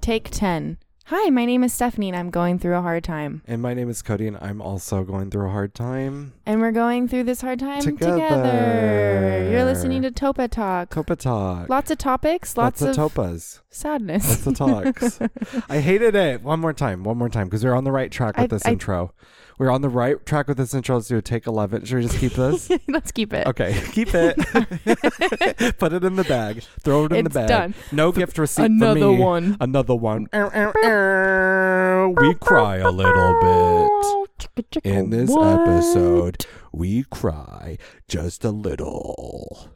Take 10. Hi, my name is Stephanie and I'm going through a hard time. And my name is Cody, and I'm also going through a hard time. And we're going through this hard time together. You're listening to Topa Talk. Copa talk. lots of topics, lots, of, of topas. sadness. Lots of talks. I hated it. One more time. One more time. Because we're on the right track with I- this I- intro. We're on the right track with this intro. Let's do a take 11. Should we just keep this? Let's keep it. okay. Keep it. Put it in the bag. Throw it in It's the bag. done. No gift receipt for Another me. one. Another one. Ow, ow, ow. we cry a little bit. In this What? episode, we cry just a little.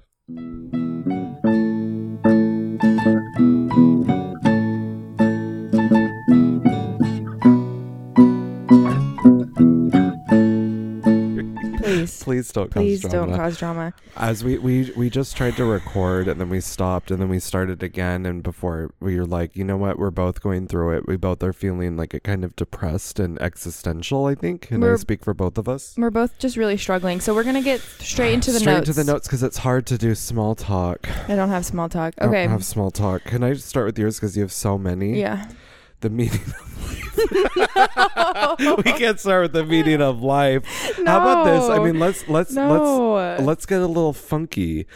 Please. Please don't Please cause don't drama. cause drama. As we, we we just tried to record and then we stopped and then we started again and before we were like, you know what, we're both going through it. We both are feeling like kind of depressed and existential, I think. Can I We're- speak for both of us? We're both just really struggling, so we're gonna get straight into the Straight notes. into the notes because it's hard to do small talk. I don't have small talk. I don't Okay. have small talk. Can I just start with yours because you have so many? Yeah. The meaning of life. we can't start with the meaning of life. How about this? I No. mean, let's let's No. let's let's get a little funky.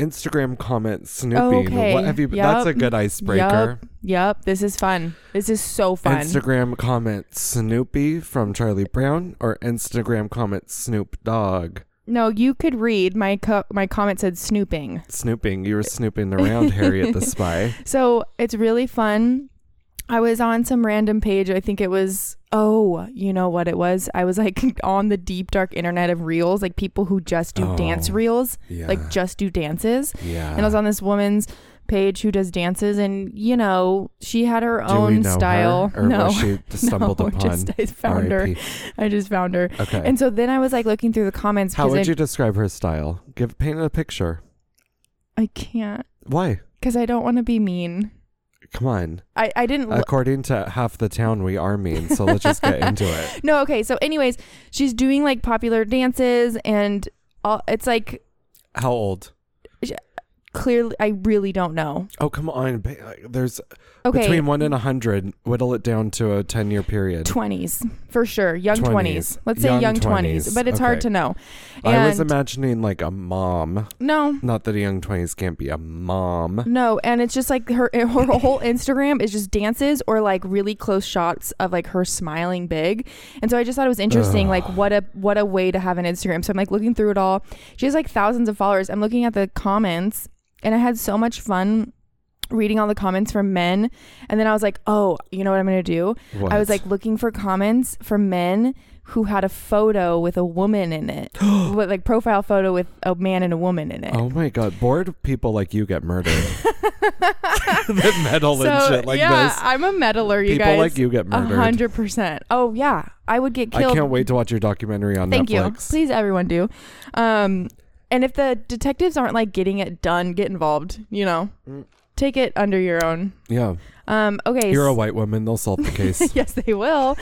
Instagram comment snooping. Okay. What have you? Yup. That's a good icebreaker. Yup. Yup. This is fun. This is so fun. Instagram comment Snoopy from Charlie Brown or Instagram comment Snoop Dogg. no, you could read my co- my comment said snooping. Snooping. You were snooping around Harriet the Spy. So it's really fun. I was on some random page. I think it was, oh, you know what it was? I was like on the deep dark internet of reels, like people who just do Oh, dance reels, Yeah. Uh. like just do dances. yeah. And I was on this woman's page who does dances, and you know, she had her Do we own know her? style. or no, was she stumbled no, I upon? just I found her. RIP. I just found her. Okay. And so then I was like looking through the comments How because would I, you describe her style? Give paint a picture. I can't Why? because I don't want to be mean. Come on. I, I didn't look. According to half the town, we are mean. So let's just get into it. No, okay. So, anyways, she's doing like popular dances, and all, it's like How old? clearly, I really don't know. Oh come on. ba- like, There's Okay, between one and a hundred. Whittle it down to a ten-year period. 20s for sure, young 20s. 20s. Let's say Young young, 20s, 20s, but it's hard okay. to know. And I was imagining like a mom. no, Not that a young twenties can't be a mom. no, and it's just like her her whole Instagram is just dances or like really close shots of like her smiling big, and so I just thought it was interesting. Like what a what a way to have an Instagram. So I'm like looking through it all. She has like thousands of followers. I'm looking at the comments, and I had so much fun reading all the comments from men and then i was like oh you know what i'm gonna do What? i was like looking for comments from men who had a photo with a woman in it with like profile photo with a man and a woman in it Oh my god, bored people like you get murdered. that metal and so shit like yeah this. i'm a meddler you people guys like you get A murdered. hundred percent. Oh yeah, I would get I killed. can't wait to watch your documentary on Thank you. Netflix. Please, everyone do. Um, and if the detectives aren't like getting it done, get involved. You know, Mm. take it under your own. Yeah. Um, okay. You're a s- white woman. They'll solve the case. yes, they will.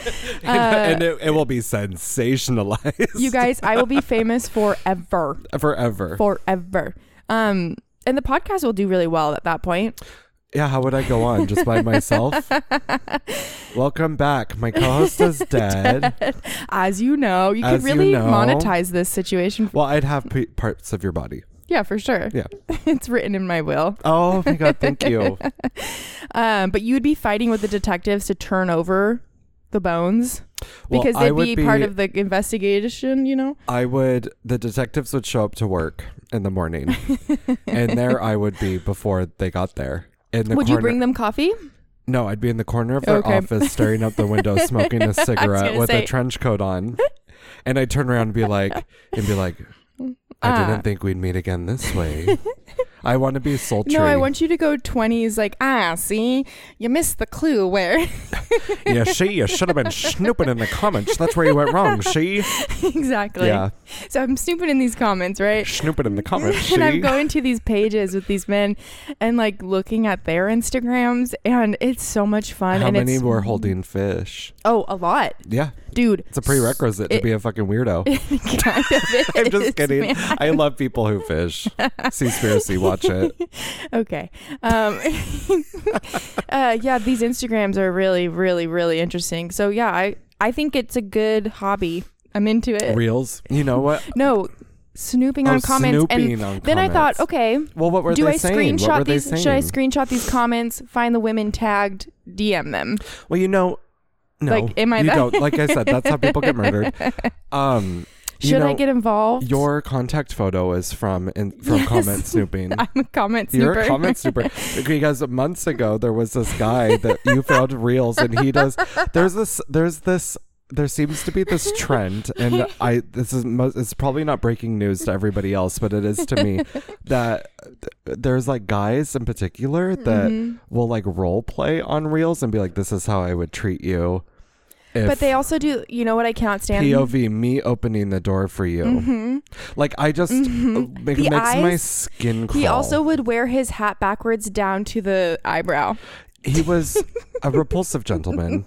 and and Uh, it, it will be sensationalized you guys, I will be famous forever, forever. forever. Um, and the podcast will do really well at that point. yeah, how would I go on just by myself? Welcome back. My co-host is dead. As you know, you could As you really know. monetize this situation. Well, I'd have p- parts of your body. Yeah, for sure. Yeah. it's written in my will. Oh my god, thank you. Um, but you would be fighting with the detectives to turn over the bones Well, because I they'd would be, part of the investigation, you know? I would the detectives would show up to work in the morning. and there I would be before they got there. In the Would corner, you bring them coffee? No, I'd be in the corner of their Okay. office staring out the window smoking a cigarette gonna with a say- trench coat on. And I'd turn around and be like and be like I Ah. didn't think we'd meet again this way. I want to be sultry. No, I want you to go 20s, like, ah, see, you missed the clue where. Yeah, she, you should have been snooping in the comments. That's where you went wrong. She, exactly. yeah, So I'm snooping in these comments, right? snooping in the comments. She. And I'm going to these pages with these men and like looking at their Instagrams, and it's so much fun. How and many it's, were holding fish? Oh, a lot, Yeah, dude. it's a prerequisite to It- be a fucking weirdo. kind of I'm is, just kidding. man. I love people who fish. Seaspiracy, watch it. Okay. Um, uh, yeah, these Instagrams are really, really, really interesting. So yeah, I I think it's a good hobby. I'm into it. Reels. You know what? No, snooping on Oh, comments, and snooping on then I thought, comments. okay, Well, what were do they I saying? What were screenshot they these? Should I saying? screenshot these comments? Find the women tagged, DM them. Well, you know, no, Like, am I you that- don't. Like I said, that's how people get murdered. Um, Should you know, I get involved? your contact photo is from in, from Yes. comment snooping. I'm a comment snooper. You're a comment snooper because months ago there was this guy that you found reels and he does. There's this. There's this. There seems to be this trend, and I this is mo- it's probably not breaking news to everybody else, but it is to me that th- there's like guys in particular that Mhm. will like role play on reels and be like, "This is how I would treat you." If Mm-hmm. But they also do. You know what I cannot stand? POV me opening the door for you. Mhm. Like I just Mhm. it The makes my eyes- skin crawl. He also would wear his hat backwards down to the eyebrow. he was a repulsive gentleman.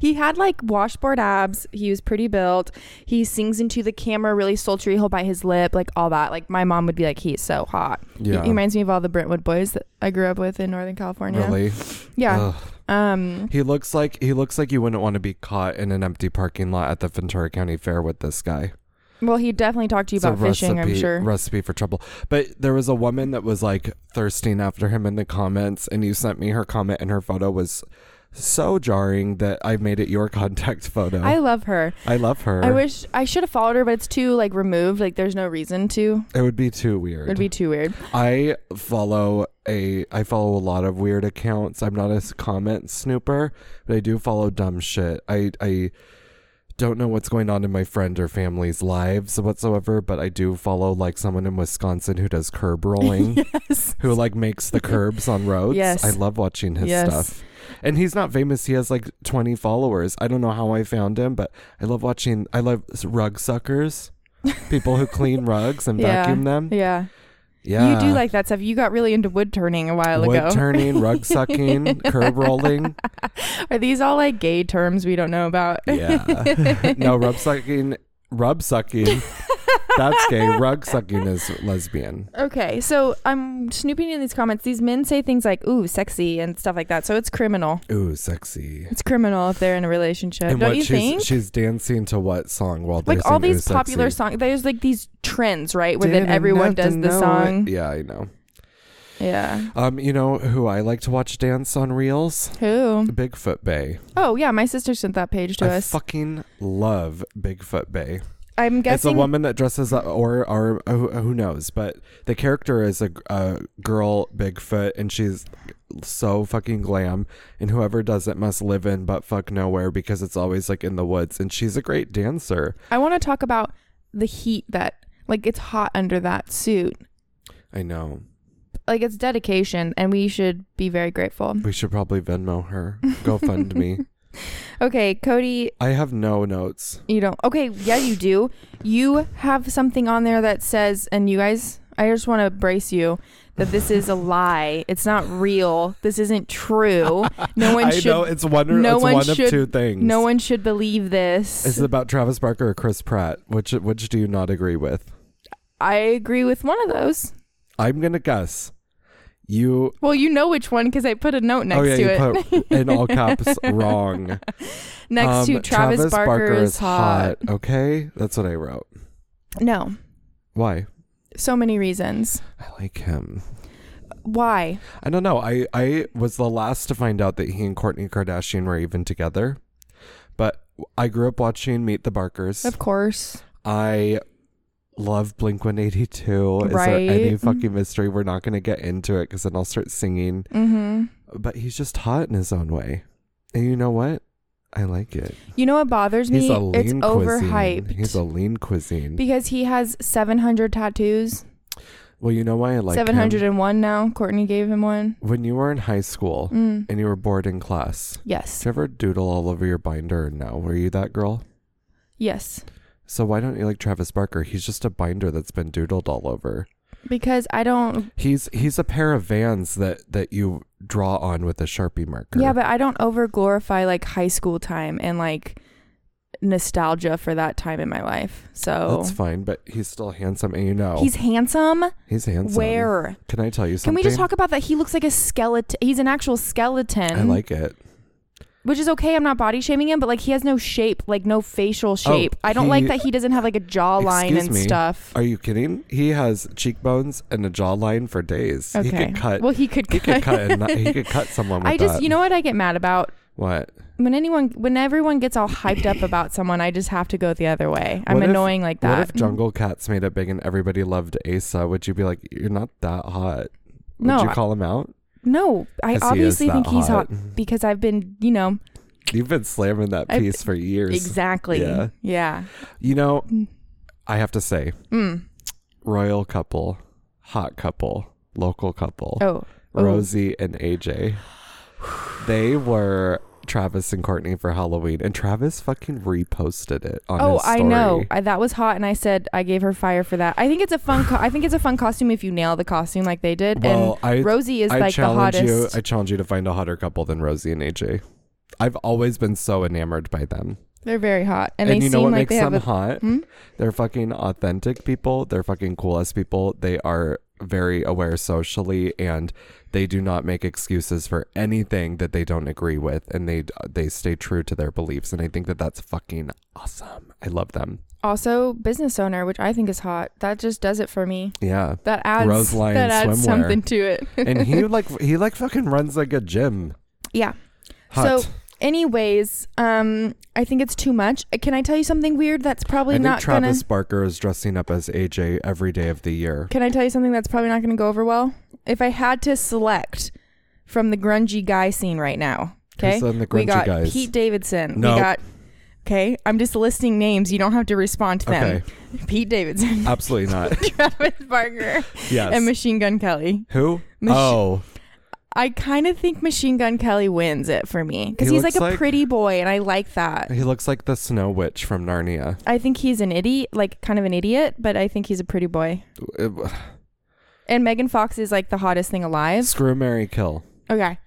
He had like washboard abs. He was pretty built. He sings into the camera really sultry. He'll bite his lip, like all that. Like my mom would be like, he's so hot. He- Yeah. He reminds me of all the Brentwood boys that I grew up with in Northern California. Really, Yeah. Ugh. Um. he looks like he looks like you wouldn't want to be caught in an empty parking lot at the Ventura County Fair with this guy. Well, he definitely talked to you It's a about fishing. recipe, I'm sure. recipe for trouble. But there was a woman that was like thirsting after him in the comments, and you sent me her comment, and her photo was so jarring that I made it your contact photo. I I, love her. love her. I wish I should have followed her, but it's too like removed. Like there's no reason to. it would be too weird. It'd be too weird. I follow a I follow a lot of weird accounts. I'm not a s- comment snooper, but I do follow dumb shit. I I don't know what's going on in my friend or family's lives whatsoever, but I do follow like someone in Wisconsin who does curb rolling, Yes. who like makes the curbs on roads. Yes. I love watching his Yes. stuff. And he's not famous. He has like 20 followers. I don't know how I found him, but I love watching I love s- rug suckers. People who clean rugs and Yeah. vacuum them. Yeah. Yeah. You do like that stuff. You got really into wood turning a while Wood ago. turning, rug sucking, curb rolling. Are these all like gay terms we don't know about? Yeah. no, rub sucking, rub sucking. That's gay. Rug sucking is lesbian. Okay, so I'm snooping in these comments. These men say things like "ooh, sexy" and stuff like that. So it's criminal. Ooh, sexy. It's criminal if they're in a relationship, and don't what you she's think? she's dancing to what song while Like they're all singing Ooh, these sexy. popular songs, there's like these trends, right? Where then Didn't everyone have to does the know song. it. Yeah, I know. Yeah. Um, you know who I like to watch dance on reels? Who? Bigfoot Bay. Oh yeah, my sister sent that page to I us. fucking love Bigfoot Bay. I'm it's a guessing. woman that dresses up or or who, who knows but the character is a, g- a girl bigfoot and she's so fucking glam and whoever does it must live in but fuck nowhere because it's always like in the woods and she's a great dancer I want to talk about the heat that, like, it's hot under that suit. i know Like it's dedication, and we should be very grateful. we should probably venmo her go fund me Okay, Cody, i have no notes You don't. Okay, yeah, you do. You have something on there that says, and you guys, I just want to brace you that this is a lie. It's not real. This isn't true. No one i should. know it's one no it's one one should- of two things No one should believe this. is it about travis barker or chris pratt which which do you not agree with I agree with one of those. i'm gonna guess you Well, you know which one because I put a note next oh yeah, to you it. put in all caps wrong. next Um, to Travis, Barker, is hot. Okay, that's what I wrote. No, Why? so many reasons. I like him. Why? I don't know. I I was the last to find out that he and Courtney Kardashian were even together, but I grew up watching Meet the Barkers. Of course. I love Blink One Eighty Two. Is there Right. any fucking mystery? We're not going to get into it because then I'll start singing. Mm-hmm. But he's just hot in his own way, and you know what? I like it. You know what bothers me? He's a lean It's cuisine. overhyped. He's a lean cuisine. Because he has 700 tattoos. well, you know why I like him? 701 now. Courtney gave him one. When you were in high school Mm. and Oh. you were bored in class, did Yes. you ever doodle all over your binder or no? Were you that girl? Yes. So why don't you like Travis Barker? He's just a binder that's been doodled all over. Because I don't. He's he's a pair of vans that that you draw on with a Sharpie marker. Yeah, but I don't over glorify like high school time and like nostalgia for that time in my life. So That's fine, but he's still handsome, and you know oh. he's handsome. he's handsome. Where? can I tell you Can something? we just talk about that? He looks like a skeleton. He's an actual skeleton. I like it. which is okay. I'm not body shaming him, but like he has no shape, like no facial shape. I don't Oh, he- like that he doesn't have like a jawline Excuse and me. stuff. Are you kidding? He has cheekbones and a jawline for days. Okay. He could cut. Well, he could. he cut. could cut. And not, he could cut someone. With I just, that. you know what I get mad about what? when anyone, when everyone gets all hyped up about someone, I just have to go the other way. I'm What if- annoying like that. Mm, What if Jungle Cats made it big and everybody loved Asa? Would you be like, you're not that hot? Would No, you I- call him out? No, I 'Cause he is obviously that think he's hot because I've been, you know, You've been slamming that I've- piece for years. exactly. Yeah. Yeah. You know, Mm. I have to say, Mm. royal couple, hot couple, local couple, Oh. oh. Rosie and AJ. They were Travis and Courtney for Halloween, and Travis fucking reposted it on Oh, his story. I know. I, that was hot, and I said I gave her fire for that. I think it's a fun. Co- I think it's a fun costume if you nail the costume like they did. Well, I and Rosie is I like the challenge hottest. you. I challenge you to find a hotter couple than Rosie and AJ. I've always been so enamored by them. They're very hot, and, they you know seem what like makes they have them a. hot? Hmm? They're fucking authentic people. They're fucking cool as people. They are very aware socially, and they do not make excuses for anything that they don't agree with, and they they stay true to their beliefs. And I think that that's fucking awesome. I love them. Also, business owner, which I think is hot. That just does it for me. Yeah. That adds Rose Lyon that adds swimwear. something to it. And he like he like fucking runs like a gym. yeah. Hot. So, anyways, um, I think it's too much. Uh, Can I tell you something weird? That's I probably think not gonna. Travis Barker is dressing up as AJ every day of the year. Can I tell you something that's probably not going to go over well? If I had to select from the grungy guy scene right now, okay, Who's on the we grungy got guys? Pete Davidson. No. We got okay. I'm just listing names. You don't have to respond to them. Okay, Pete Davidson, absolutely not. Travis Barker, Yes. and Machine Gun Kelly. Who? Mach- oh, I kind of think Machine Gun Kelly wins it for me because He he's looks like a like- pretty boy, and I like that. he looks like the Snow Witch from Narnia. I think he's an idiot, like kind of an idiot, but I think he's a pretty boy. Uh, And Megan Fox is like the hottest thing alive. Screw Mary Kill. Okay.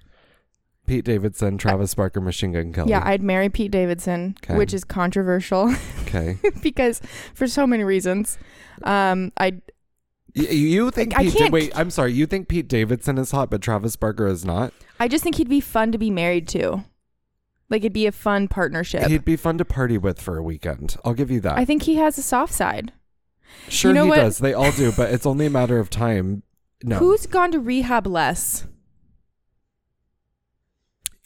Pete Davidson, Travis Barker, Machine Gun Kelly. Yeah, I'd marry Pete Davidson, Okay. which is controversial okay. because for so many reasons. Um, I Y- you think I Pete? Da- can't- wait, I'm sorry. You think Pete Davidson is hot, but Travis Barker is not? I just think he'd be fun to be married to. Like it'd be a fun partnership. He'd uh, be fun to party with for a weekend. I'll give you that. I think he has a soft side. sure, you know he what? does. They all do, but it's only a matter of time. No, Who's gone to rehab less?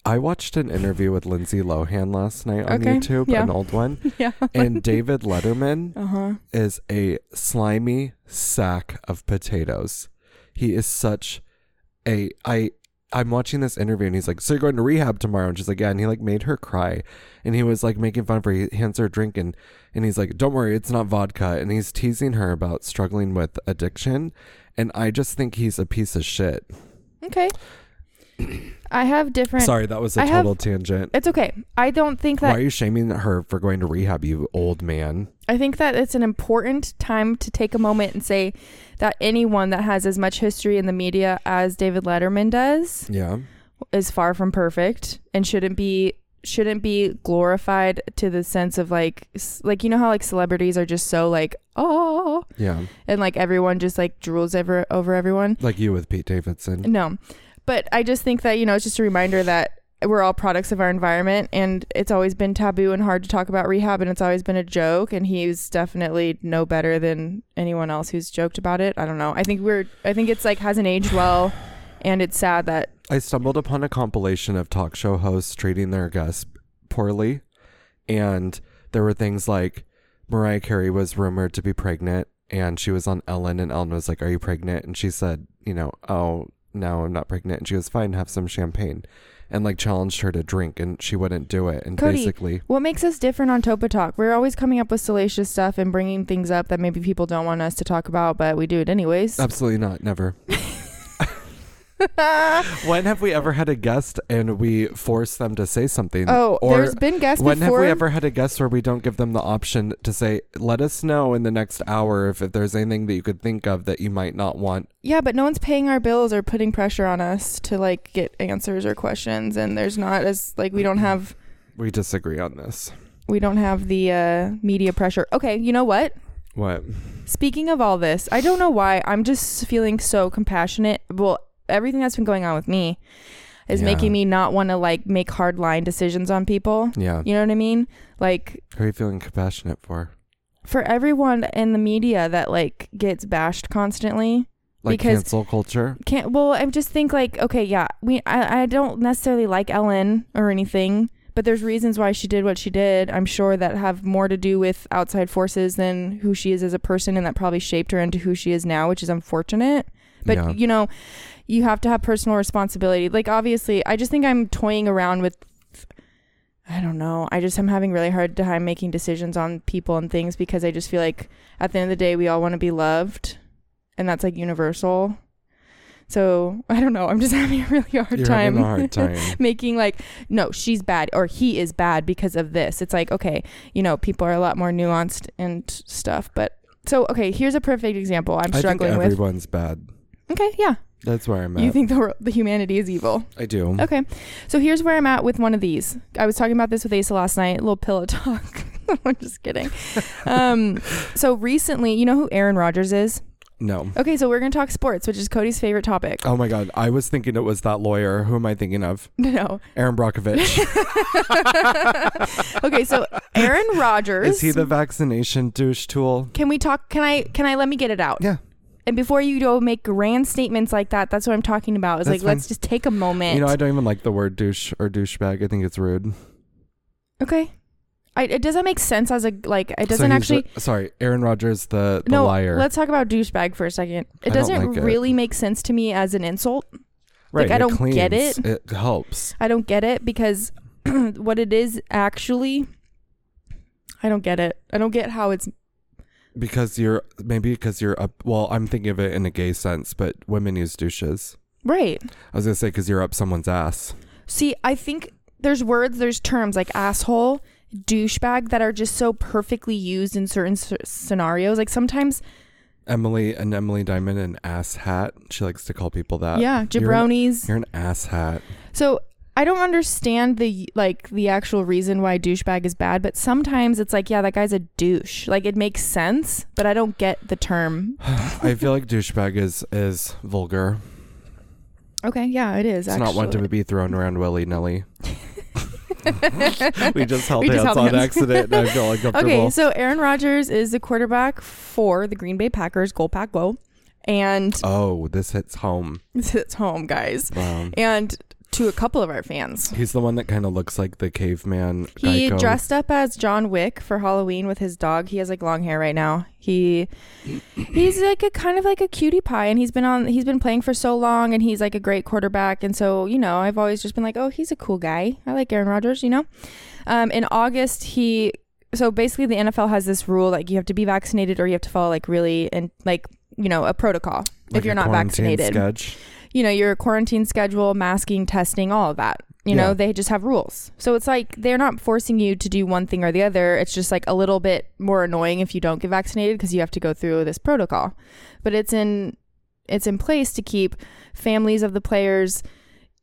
I watched an interview with Lindsay Lohan last night on Okay, YouTube, yeah. an old one, yeah. and David Letterman. uh huh. is a slimy sack of potatoes. He is such a I I'm watching this interview and he's like, So you're going to rehab tomorrow? And she's like, Yeah, and he like made her cry. And he was like making fun of her. He hands her a drink and and he's like, Don't worry, it's not vodka. And he's teasing her about struggling with addiction. And I just think he's a piece of shit. Okay. I have different. Sorry, that was a I have- total tangent. It's okay. I don't think Why that. are you shaming her for going to rehab, you old man? I think that it's an important time to take a moment and say that anyone that has as much history in the media as David Letterman does Yeah. is far from perfect and shouldn't be shouldn't be glorified to the sense of like s- like you know how like celebrities are just so like oh Yeah. and like everyone just like drools over over everyone Like you with Pete Davidson. no but i just think that you know it's just a reminder that we're all products of our environment and it's always been taboo and hard to talk about rehab and it's always been a joke and he's definitely no better than anyone else who's joked about it i don't know i think we're i think it's like hasn't aged well and it's sad that I stumbled upon a compilation of talk show hosts treating their guests poorly. And there were things like Mariah Carey was rumored to be pregnant and she was on Ellen and Ellen was like, Are you pregnant? And she said, you know, oh no, I'm not pregnant. And she was fine, have some champagne. And like challenged her to drink and she wouldn't do it. And Cody, basically What makes us different on Topa Talk? We're always coming up with salacious stuff and bringing things up that maybe people don't want us to talk about, but we do it anyways. Absolutely not, never. When have we ever had a guest and we force them to say something? oh, or there's been guests When have before. we ever had a guest where we don't give them the option to say, let us know in the next hour if, if there's anything that you could think of that you might not want? yeah, but no one's paying our bills or putting pressure on us to like get answers or questions, and there's not as like we don't have We disagree on this. we don't have the uh, media pressure. Okay, you know what? What? Speaking of all this, I don't know why I'm just feeling so compassionate. Well, everything that's been going on with me is Yeah. making me not want to like make hard line decisions on people. Yeah. You know what I mean? Like Who are you feeling compassionate for? for everyone in the media that like gets bashed constantly. Like Because- cancel culture? Can't well, I just think like, okay, yeah, we I, I don't necessarily like Ellen or anything, but there's reasons why she did what she did, I'm sure that have more to do with outside forces than who she is as a person and that probably shaped her into who she is now, which is unfortunate. But Yeah. you know, you have to have personal responsibility. Like obviously, I just think I'm toying around with I don't know. I just am having really hard time making decisions on people and things because I just feel like at the end of the day we all want to be loved and that's like universal. So, I don't know. I'm just having a really hard You're time having a hard time. making like no, she's bad or he is bad because of this. It's like, okay, you know, people are a lot more nuanced and stuff, but so okay, here's a perfect example I'm I think struggling with. everyone's bad. Okay, yeah. That's where I'm at. You think the wor- the humanity is evil? I do. Okay, so here's where I'm at with one of these. I was talking about this with Asa last night. A little pillow talk. I'm just kidding. Um, so recently, you know who Aaron Rodgers is? No. Okay, so we're gonna talk sports, which is Cody's favorite topic. Oh my God. I was thinking it was that lawyer. Who am I thinking of? No. Aaron Brockovich. okay, so Aaron Rodgers. Is he the vaccination douche tool? Can we talk? Can I? Can I? Let me get it out. Yeah. And before you go make grand statements like that, that's what I'm talking about. Is like That's let's fine. just take a moment. You know, I don't even like the word douche or douchebag. I think it's rude. okay. I, it doesn't make sense as a like. It So doesn't he's the- actually. sorry, Aaron Rodgers, the, the no, liar. let's talk about douchebag for a second. It I don't doesn't like it. really make sense to me as an insult. right, like, I it don't get cleans. it. It helps. I don't get it because what it is actually, I don't get it. I don't get how it's. Because you're, maybe because you're up. Well, I'm thinking of it in a gay sense, but women use douches. Right. I was going to say, because you're up someone's ass. See, I think there's words, there's terms like asshole, douchebag that are just so perfectly used in certain s- scenarios. Like sometimes, Emily and Emily Diamond, an ass hat. She likes to call people that. yeah, jabronis. Uh, You're an, you ass hat. So I don't understand the like the actual reason why douchebag is bad, but sometimes it's like, yeah, that guy's a douche. Like it makes sense, but I don't get the term. I feel like douchebag is is vulgar. Okay, yeah, it is. It's not one to be thrown around willy nilly. we just held We just hands held on hands. accident, and I feel uncomfortable. Okay, so Aaron Rodgers is the quarterback for the Green Bay Packers, goal pack go. And oh, this hits home. it's it's home, guys. Wow. And to a couple of our fans. He's the one that kind of looks like the caveman. He Geico. dressed up as John Wick for Halloween with his dog. He has like long hair right now. He he's like a kind of like a cutie pie and he's been on he's been playing for so long and he's like a great quarterback and so, you know, I've always just been like, "Oh, he's a cool guy. I like Aaron Rodgers, you know." Um in August he so basically the NFL has this rule like you have to be vaccinated or you have to follow like really and like, you know, a protocol Like if you're a not quarantine vaccinated Sketch. you know, your quarantine schedule, masking, testing, all of that. You know, Yeah. they just have rules. So it's like they're not forcing you to do one thing or the other. It's just like a little bit more annoying if you don't get vaccinated because you have to go through this protocol. But it's in it's in place to keep families of the players,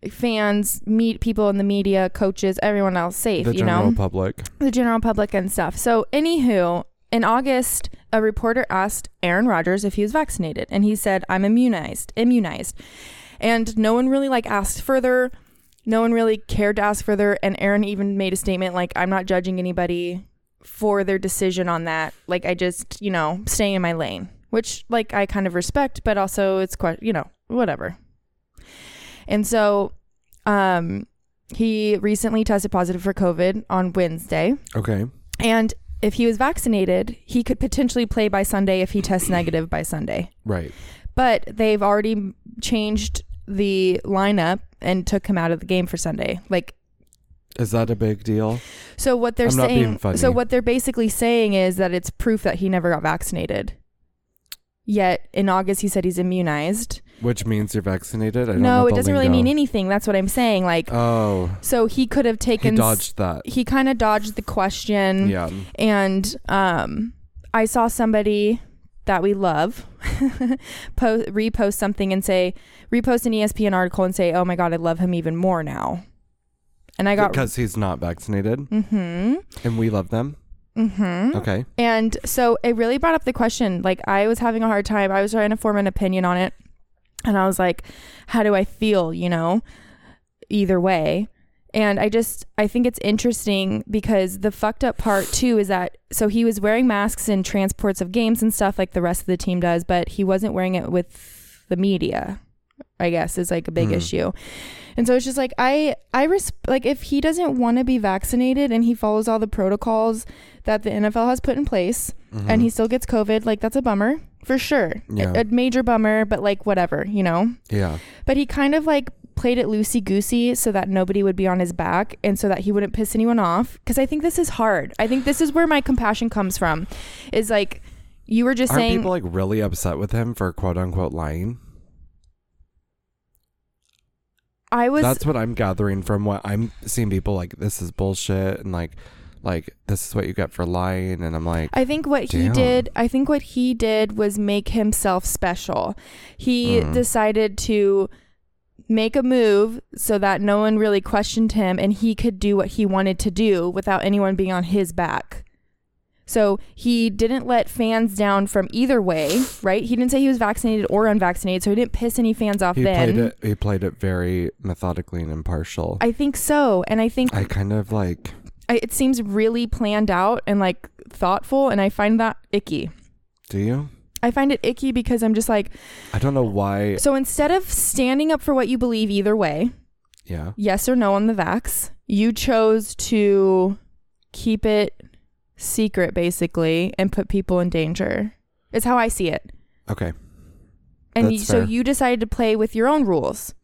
fans, meet people in the media, coaches, everyone else safe, The you general know public. the general public and stuff. So, anywho, in August, a reporter asked Aaron Rodgers if he was vaccinated, and he said, "I'm immunized, immunized," and no one really like asked further. No one really cared to ask further, and Aaron even made a statement like, "I'm not judging anybody for their decision on that. Like, I just, you know, staying in my lane." Which, like, I kind of respect, but also it's quite, you know, whatever. And so, um, he recently tested positive for COVID on Wednesday. Okay. And if he was vaccinated, he could potentially play by Sunday if he tests negative by Sunday. Right. But they've already changed the lineup and took him out of the game for Sunday. Like Is that a big deal? so what they're I'm not saying being funny. so what they're basically saying is that it's proof that he never got vaccinated. Yet in August he said he's immunized. Which means you're vaccinated. I don't know No, it the doesn't really lingo. mean anything. That's what I'm saying. Like Oh, so he could have he taken s- dodged that. he kind of dodged the question. Yeah. and um, I saw somebody that we love post, repost E something and say repost an ESPN article and say, "Oh my god, I love him even more now." and I got because he's not vaccinated, mm-hmm. and we love them. Mm-hmm. Okay, And so it really brought up the question. Like I was having a hard time. I was trying to form an opinion on it. And I was like, how do I feel, you know, either way? And I just I think it's interesting because the fucked up part too is that so he was wearing masks in transports of games and stuff like the rest of the team does, but he wasn't wearing it with the media. I guess is like a big Mhm. issue. And so it's just like I I resp- like if he doesn't want to be vaccinated and he follows all the protocols that the NFL has put in place Mhm. and he still gets COVID, like that's a bummer for sure. A- Yeah. A, major bummer, but like whatever, you know? yeah, But he kind of like played it loosey goosey so that nobody would be on his back and so that he wouldn't piss anyone off. Cause I think this is hard. I think this is where my compassion comes from is like, you were just aren't saying, people like really upset with him for quote unquote lying? I was, That's what I'm gathering from what I'm seeing. People like this is bullshit, and like, like this is what you get for lying. And I'm like, I think what he Damn. did, I think what he did was make himself special. He Mm. decided to make a move so that no one really questioned him and he could do what he wanted to do without anyone being on his back. So he didn't let fans down from either way, right? He didn't say he was vaccinated or unvaccinated, so he didn't piss any fans off he then. played it. He played it very methodically and impartial. I think so. And I think I kind of like. I, it seems really planned out and like thoughtful, and I find that icky. Do you? I find it icky because I'm just like, I don't know why. So instead of standing up for what you believe either way, Yeah. yes or no on the vax, you chose to keep it secret basically and put people in danger. Is how I see it. Okay. And That's you, so fair. you decided to play with your own rules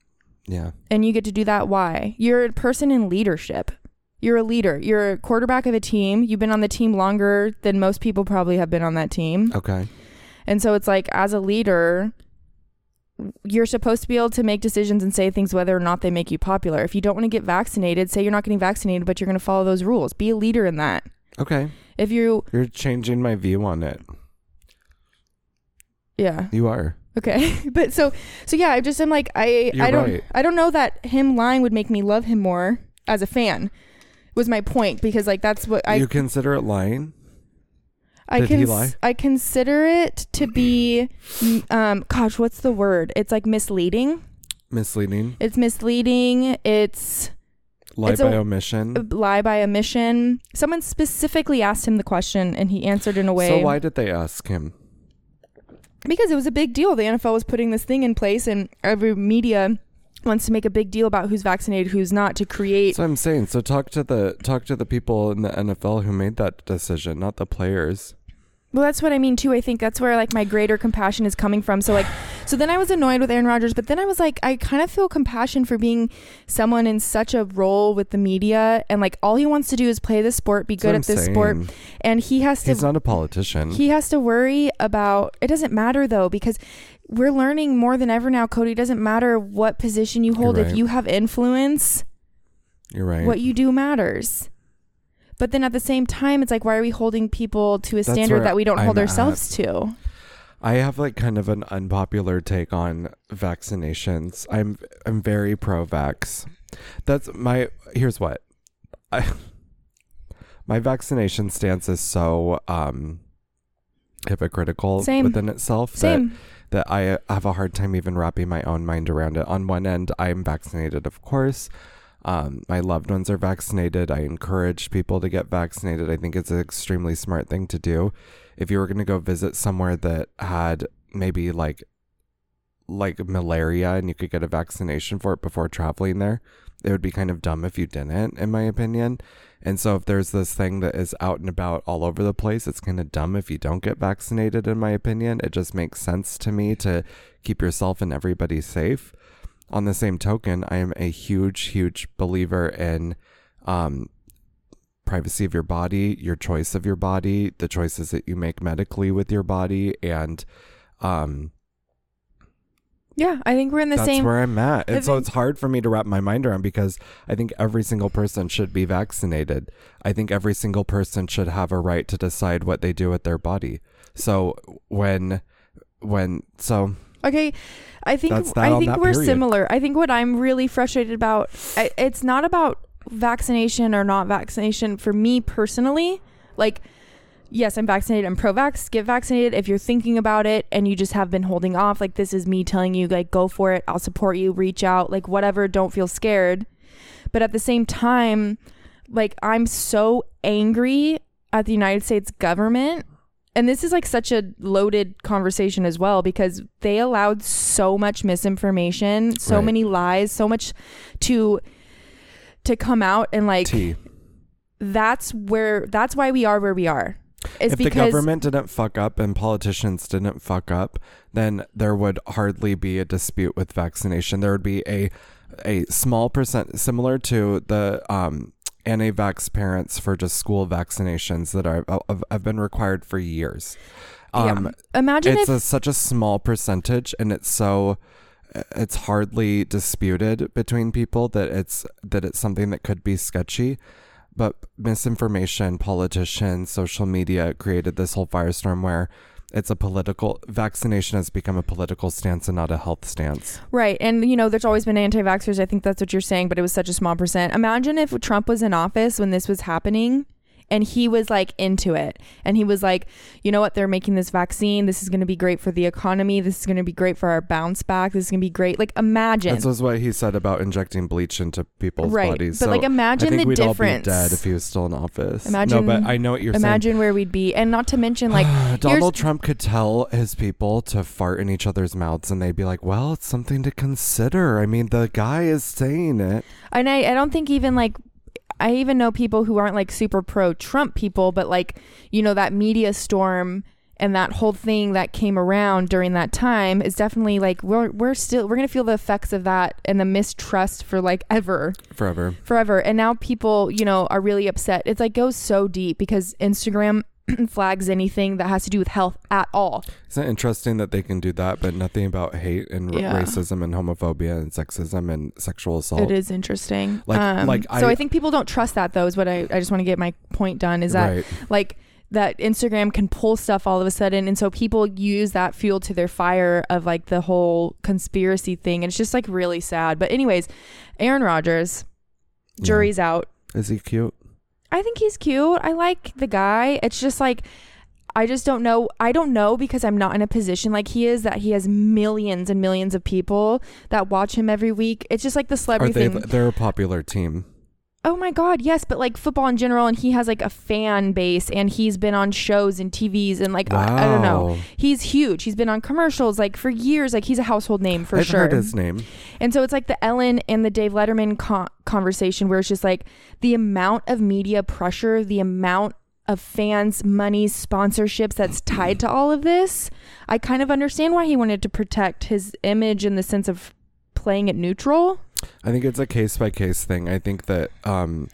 Yeah. and you get to do that why? You're a person in leadership. You're a leader. You're a quarterback of a team. You've been on the team longer than most people probably have been on that team. Okay. And so it's like, as a leader, you're supposed to be able to make decisions and say things whether or not they make you popular. If you don't want to get vaccinated, say you're not getting vaccinated, but you're going to follow those rules. Be a leader in that. Okay. If you, You're changing my view on it. yeah, You are. okay, but so, so yeah, I just am like, I, You're I don't, right. I don't know that him lying would make me love him more as a fan. Was my point because like that's what I you consider it lying? I Did he cons- lie? I consider it to be, um, gosh, what's the word? It's like misleading. Misleading? It's misleading. It's Lie It's by a- omission? lie by omission. Someone specifically asked him the question and he answered in a way So why did they ask him? because it was a big deal. The NFL was putting this thing in place and every media wants to make a big deal about who's vaccinated, who's not to create That's what I'm saying. So talk to the talk to the people in the NFL who made that decision, not the players. Well, that's what I mean too. I think that's where like my greater compassion is coming from. So like, so then I was annoyed with Aaron Rodgers, but then I was like, I kind of feel compassion for being someone in such a role with the media, and like all he wants to do is play this sport, be That's what good I'm at this sport, saying. and he has to He's not a politician. Mm-hmm. He has to worry about it doesn't matter though because we're learning more than ever now Cody it doesn't matter what position you hold if right. you have influence You're right. what you do matters. But then at the same time it's like why are we holding people to a That's standard where that we don't hold I'm at. ourselves to? I have like kind of an unpopular take on vaccinations. I'm I'm very pro vax. That's my here's what. I my vaccination stance is so um hypocritical Same. within itself that Same. that I uh, have a hard time even wrapping my own mind around it. On one end, I'm vaccinated, of course. Um, my loved ones are vaccinated. I encourage people to get vaccinated. I think it's an extremely smart thing to do. If you were going to go visit somewhere that had maybe like like malaria and you could get a vaccination for it before traveling there, it would be kind of dumb if you didn't, in my opinion. And so, if there's this thing that is out and about all over the place, it's kind of dumb if you don't get vaccinated, in my opinion. It just makes sense to me to keep yourself and everybody safe. On the same token, I am a huge, huge believer in um, privacy of your body, your choice of your body, the choices that you make medically with your body. And um, Yeah, I think we're in the that's same where I'm at. the And so thing- it's hard for me to wrap my mind around because I think every single person should be vaccinated. I think every single person should have a right to decide what they do with their body. So when when so Okay, I think That's that I on think that we're period. similar. I think what I'm really frustrated about I, it's not about vaccination or not vaccination for me personally like yes i'm vaccinated i'm pro-vax get vaccinated if you're thinking about it and you just have been holding off like this is me telling you like go for it i'll support you reach out like whatever don't feel scared but at the same time like i'm so angry at the united states government and this is like such a loaded conversation as well because they allowed so much misinformation so Right. many lies so much to to come out and like T. that's where that's why we are where we are is if the because government didn't fuck up and politicians didn't fuck up, then there would hardly be a dispute with vaccination. There would be a a small percent similar to the um, anti-vax parents for just school vaccinations that are uh, have, have been required for years. Um, yeah. imagine it's if a, such a small percentage, and it's so it's hardly disputed between people that it's that it's something that could be sketchy. But misinformation, politicians, social media created this whole firestorm where it's a political vaccination has become a political stance and not a health stance. right and you know there's always been anti-vaxxers i think that's what you're saying but it was such a small percent imagine if trump was in office when this was happening and he was like into it and he was like you know what they're making this vaccine this is going to be great for the economy this is going to be great for our bounce back this is going to be great like imagine This is what he said about injecting bleach into people's right bodies. but so like I imagine think the we'd difference all be dead if he was still in office. Imagine- no, but I know what you're saying. imagine where we'd be and not to mention like Donald Trump could tell his people to fart in each other's mouths and they'd be like, well, it's something to consider. I mean, the guy is saying it. and I, I don't think even like I even know people who aren't like super pro Trump people, but like you know that media storm and that whole thing that came around during that time is definitely like we're we're still we're gonna feel the effects of that and the mistrust for like ever Forever. forever. And now people you know are really upset. It's like goes so deep because Instagram flags anything that has to do with health at all. Isn't it interesting that they can do that, but nothing about hate and r- Yeah. racism and homophobia and sexism and sexual assault? It is interesting. Um, Like- like so I- I think people don't trust that though. Is what I I just want to get my point done. Is that right. like that Instagram can pull stuff all of a sudden and so people use that fuel to their fire of like the whole conspiracy thing and it's just like really sad. But anyways, Aaron Rodgers Yeah. jury's out. Is he cute? I think he's cute. I like the guy. It's just like I just don't know. I don't know because I'm not in a position like he is that he has millions and millions of people that watch him every week. It's just like the Are celebrity they? thing. They're a popular team. Oh my God, yes, but like football in general, and he has like a fan base, and he's been on shows and TVs, and like I, I don't know, Wow. he's huge. He's been on commercials like for years. Like he's a household name for I've sure. heard his name. And so it's like the Ellen and the Dave Letterman con- conversation where it's just like the amount of media pressure, the amount of fans, money, sponsorships that's tied to all of this. I kind of understand why he wanted to protect his image in the sense of playing it neutral. I think it's a case by case thing. I think that um,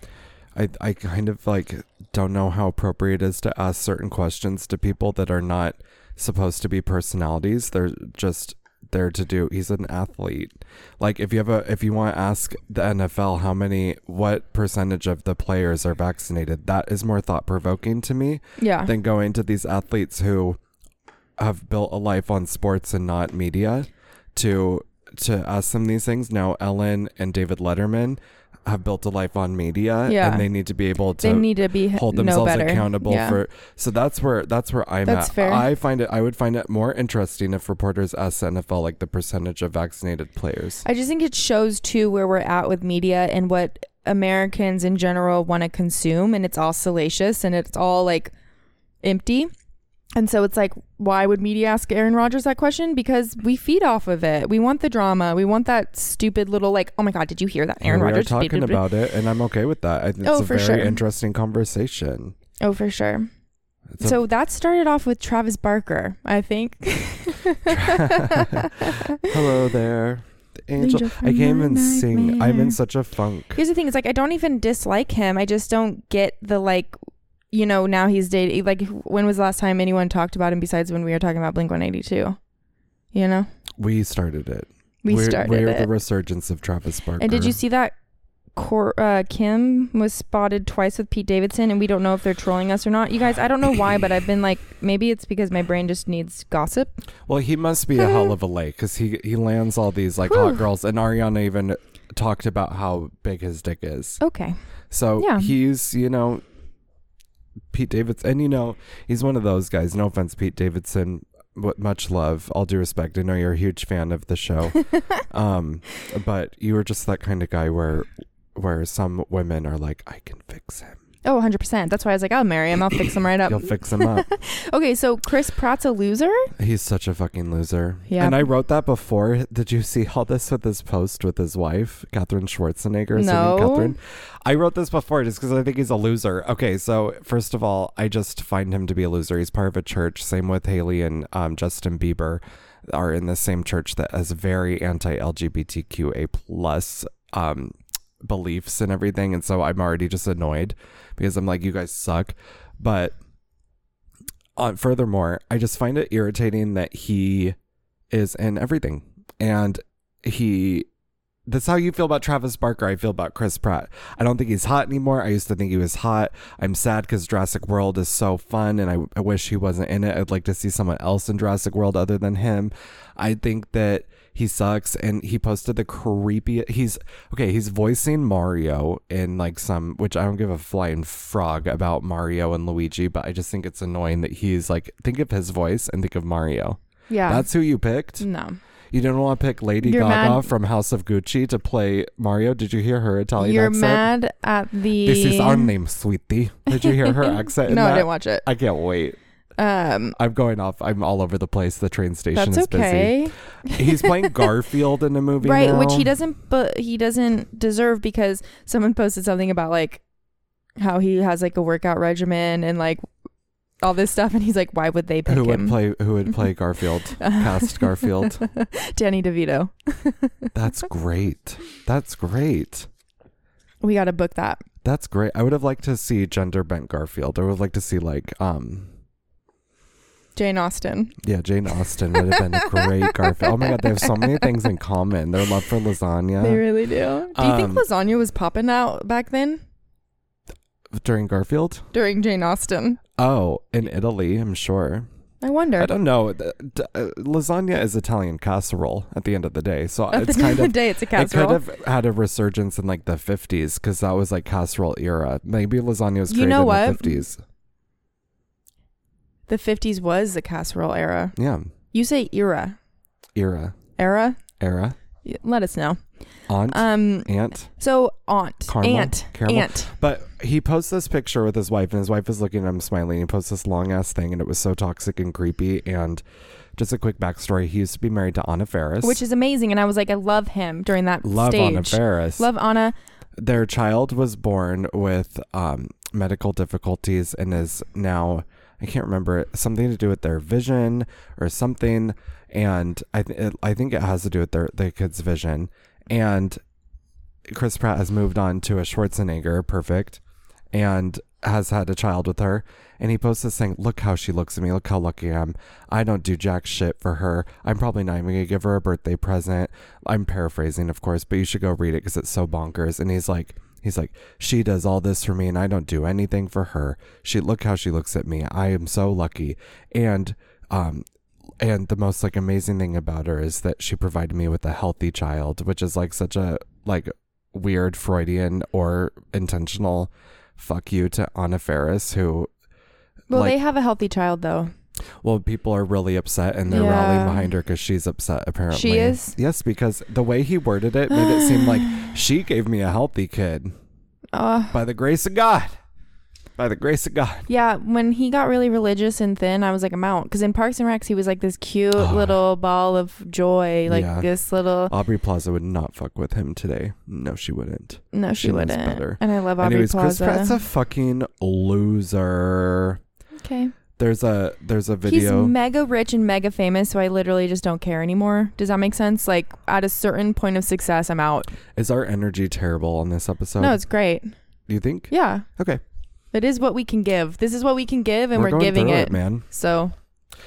I I kind of like don't know how appropriate it is to ask certain questions to people that are not supposed to be personalities. They're just there to do. He's an athlete. Like if you have a if you want to ask the NFL how many what percentage of the players are vaccinated, that is more thought provoking to me Yeah. than going to these athletes who have built a life on sports and not media to to ask them these things. Now Ellen and David Letterman have built a life on media Yeah. and they need to be able to they need to be hold know themselves better. accountable Yeah. for so that's where that's where I'm That's at. fair. I find it I would find it more interesting if reporters asked the NFL like the percentage of vaccinated players. I just think it shows too where we're at with media and what Americans in general want to consume, and it's all salacious and it's all like empty. And so it's like, why would media ask Aaron Rodgers that question? Because we feed off of it. We want the drama. We want that stupid little like, oh my god, did you hear that Aaron we are Rodgers? talking about it and I'm okay with that. I think it's Oh, a for very sure. interesting conversation. Oh, for sure. It's a- so that started off with Travis Barker, I think. Hello there. The angel. Angel I from can't my even sing. I'm nightmare. in such a funk. Here's the thing: it's like I don't even dislike him. I just don't get the like, you know. Now he's dating. Like, when was the last time anyone talked about him besides when we were talking about Blink One Eighty Two? You know, We started it. we are started We're it. the resurgence of Travis Barker. and did you see that? Cor- uh, Kim was spotted twice with Pete Davidson, and we don't know if they're trolling us or not. You guys, I don't know why, but I've been like, maybe it's because my brain just needs gossip. Well, he must be a hell of a lay because he he lands all these like hot Whew. girls, and Ariana even talked about how big his dick is. Okay. So Yeah. he's, you know, Pete Davidson. And, you know, he's one of those guys. No offense, Pete Davidson. What much love, all due respect. I know you're a huge fan of the show. um, but you were just that kind of guy where where some women are like, I can fix him. Oh, 100%. That's why I was like, I'll marry him. I'll fix him right up. You'll fix him up. Okay, so Chris Pratt's a loser? He's such a fucking loser. Yeah. And I wrote that before. Did you see all this with his post with his wife, Katherine Schwarzenegger? Is her name No. Katherine? I wrote this before just because I think he's a loser. Okay, so first of all, I just find him to be a loser. He's part of a church. Same with Haley and um, Justin Bieber are in the same church that has very anti-LGBTQA plus um, beliefs and everything. And so I'm already just annoyed because I'm like, you guys suck. But uh, furthermore, I just find it irritating that he is in everything. And he, that's how you feel about Travis Barker. I feel about Chris Pratt. I don't think he's hot anymore. I used to think he was hot. I'm sad because Jurassic World is so fun and I, I wish he wasn't in it. I'd like to see someone else in Jurassic World other than him. I think that he sucks and he posted the creepy he's okay he's voicing mario in like some which i don't give a flying frog about mario and luigi but i just think it's annoying that he's like think of his voice and think of mario Yeah. that's who you picked no. you didn't want to pick lady You're gaga mad- from house of gucci to play mario did you hear her italian You're accent mad at the. this is our name sweetie did you hear her accent in No, I that? didn't watch it. I can't wait Um, i'm going off i'm all over the place the train station that's is okay. busy he's playing garfield in a movie right now. which he doesn't but he doesn't deserve because someone posted something about like how he has like a workout regimen and like all this stuff and he's like why would they pick who him would play who would play garfield cast garfield danny devito that's great that's great we gotta book that that's great i would have liked to see gender bent garfield i would like to see like um jane austen yeah jane austen would have been a great garfield oh my god they have so many things in common their love for lasagna they really do do you Um, think lasagna was popping out back then during garfield during jane austen oh in italy i'm sure i wonder i don't know The- d- uh, lasagna is italian casserole at the end of the day so at the end it's of kind Oh, the of day it's a It could casserole have had a resurgence in like the 50s because that was like casserole era. Maybe lasagna was You created know in what? the 50s. the 50s was the casserole era Yeah. you say era Era. era Era. Y- let us know Aunt. um aunt. So aunt, Caramel? aunt, Caramel? aunt. But he posts this picture with his wife, and his wife is looking at him smiling. He posts this long ass thing, and it was so toxic and creepy. And just a quick backstory he used to be married to Anna Ferris. which is amazing. And I was like, I love him during that Love stage. Anna Ferris. Love Anna. Their child was born with um, medical difficulties and is now, I can't remember, something to do with their vision or something. And I, th- it, I think it has to do with their, the kid's vision. And Chris Pratt has moved on to a Schwarzenegger, perfect, and has had a child with her. And he posts this thing, look how she looks at me, look how lucky I am. I don't do jack shit for her. I'm probably not even gonna give her a birthday present. I'm paraphrasing, of course, but you should go read it because it's so bonkers. And he's like, he's like, she does all this for me, and I don't do anything for her. She look how she looks at me. I am so lucky. And um, and the most like amazing thing about her is that she provided me with a healthy child which is like such a like weird freudian or intentional fuck you to anna ferris who Well, Like- they have a healthy child though. well people are really upset and they're Yeah. rallying behind her because she's upset apparently She is? yes because the way he worded it made it seem like she gave me a healthy kid Uh, by the grace of god by the grace of god yeah, when he got really religious and thin, I was like, I'm out. Because in Parks and Recs, he was like this cute Oh. little ball of joy, like Yeah. this little. aubrey plaza would not fuck with him today no she wouldn't No, she, she knows wouldn't. better. And I love Aubrey anyways chris Plaza. pratt's a fucking loser okay, There's a there's a video. he's mega rich and mega famous, so I literally just don't care anymore. Does that make sense? Like at a certain point of success, I'm out. Is our energy terrible on this episode? no, it's great. Do you think? Yeah. Oh. Okay. It is what we can give. This is what we can give, and we're, going giving through it. man. So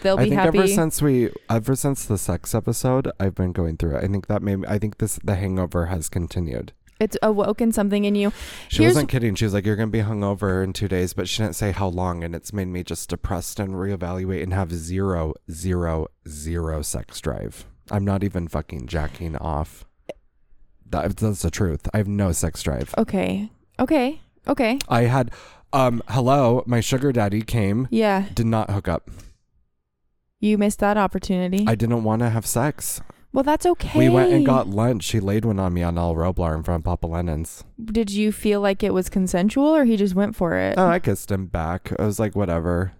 they'll I be think happy. ever since we ever since the sex episode, I've been going through it. I think that maybe I think this the hangover has continued. it's awoken something in you. She Here's- wasn't kidding. She was like, "You're gonna be hungover in two days," but she didn't say how long, and it's made me just depressed and reevaluate and have zero, zero, zero sex drive. I'm not even fucking jacking off. That, that's the truth. I have no sex drive. Okay. Okay. Okay. I had, um, hello, my sugar daddy came, Yeah. did not hook up. You missed that opportunity. I didn't want to have sex. well, that's okay. We went and got lunch. She laid one on me on El Roblar in front of Papa Lennon's. Did you feel like it was consensual or he just went for it? Oh, I kissed him back. I was like, whatever.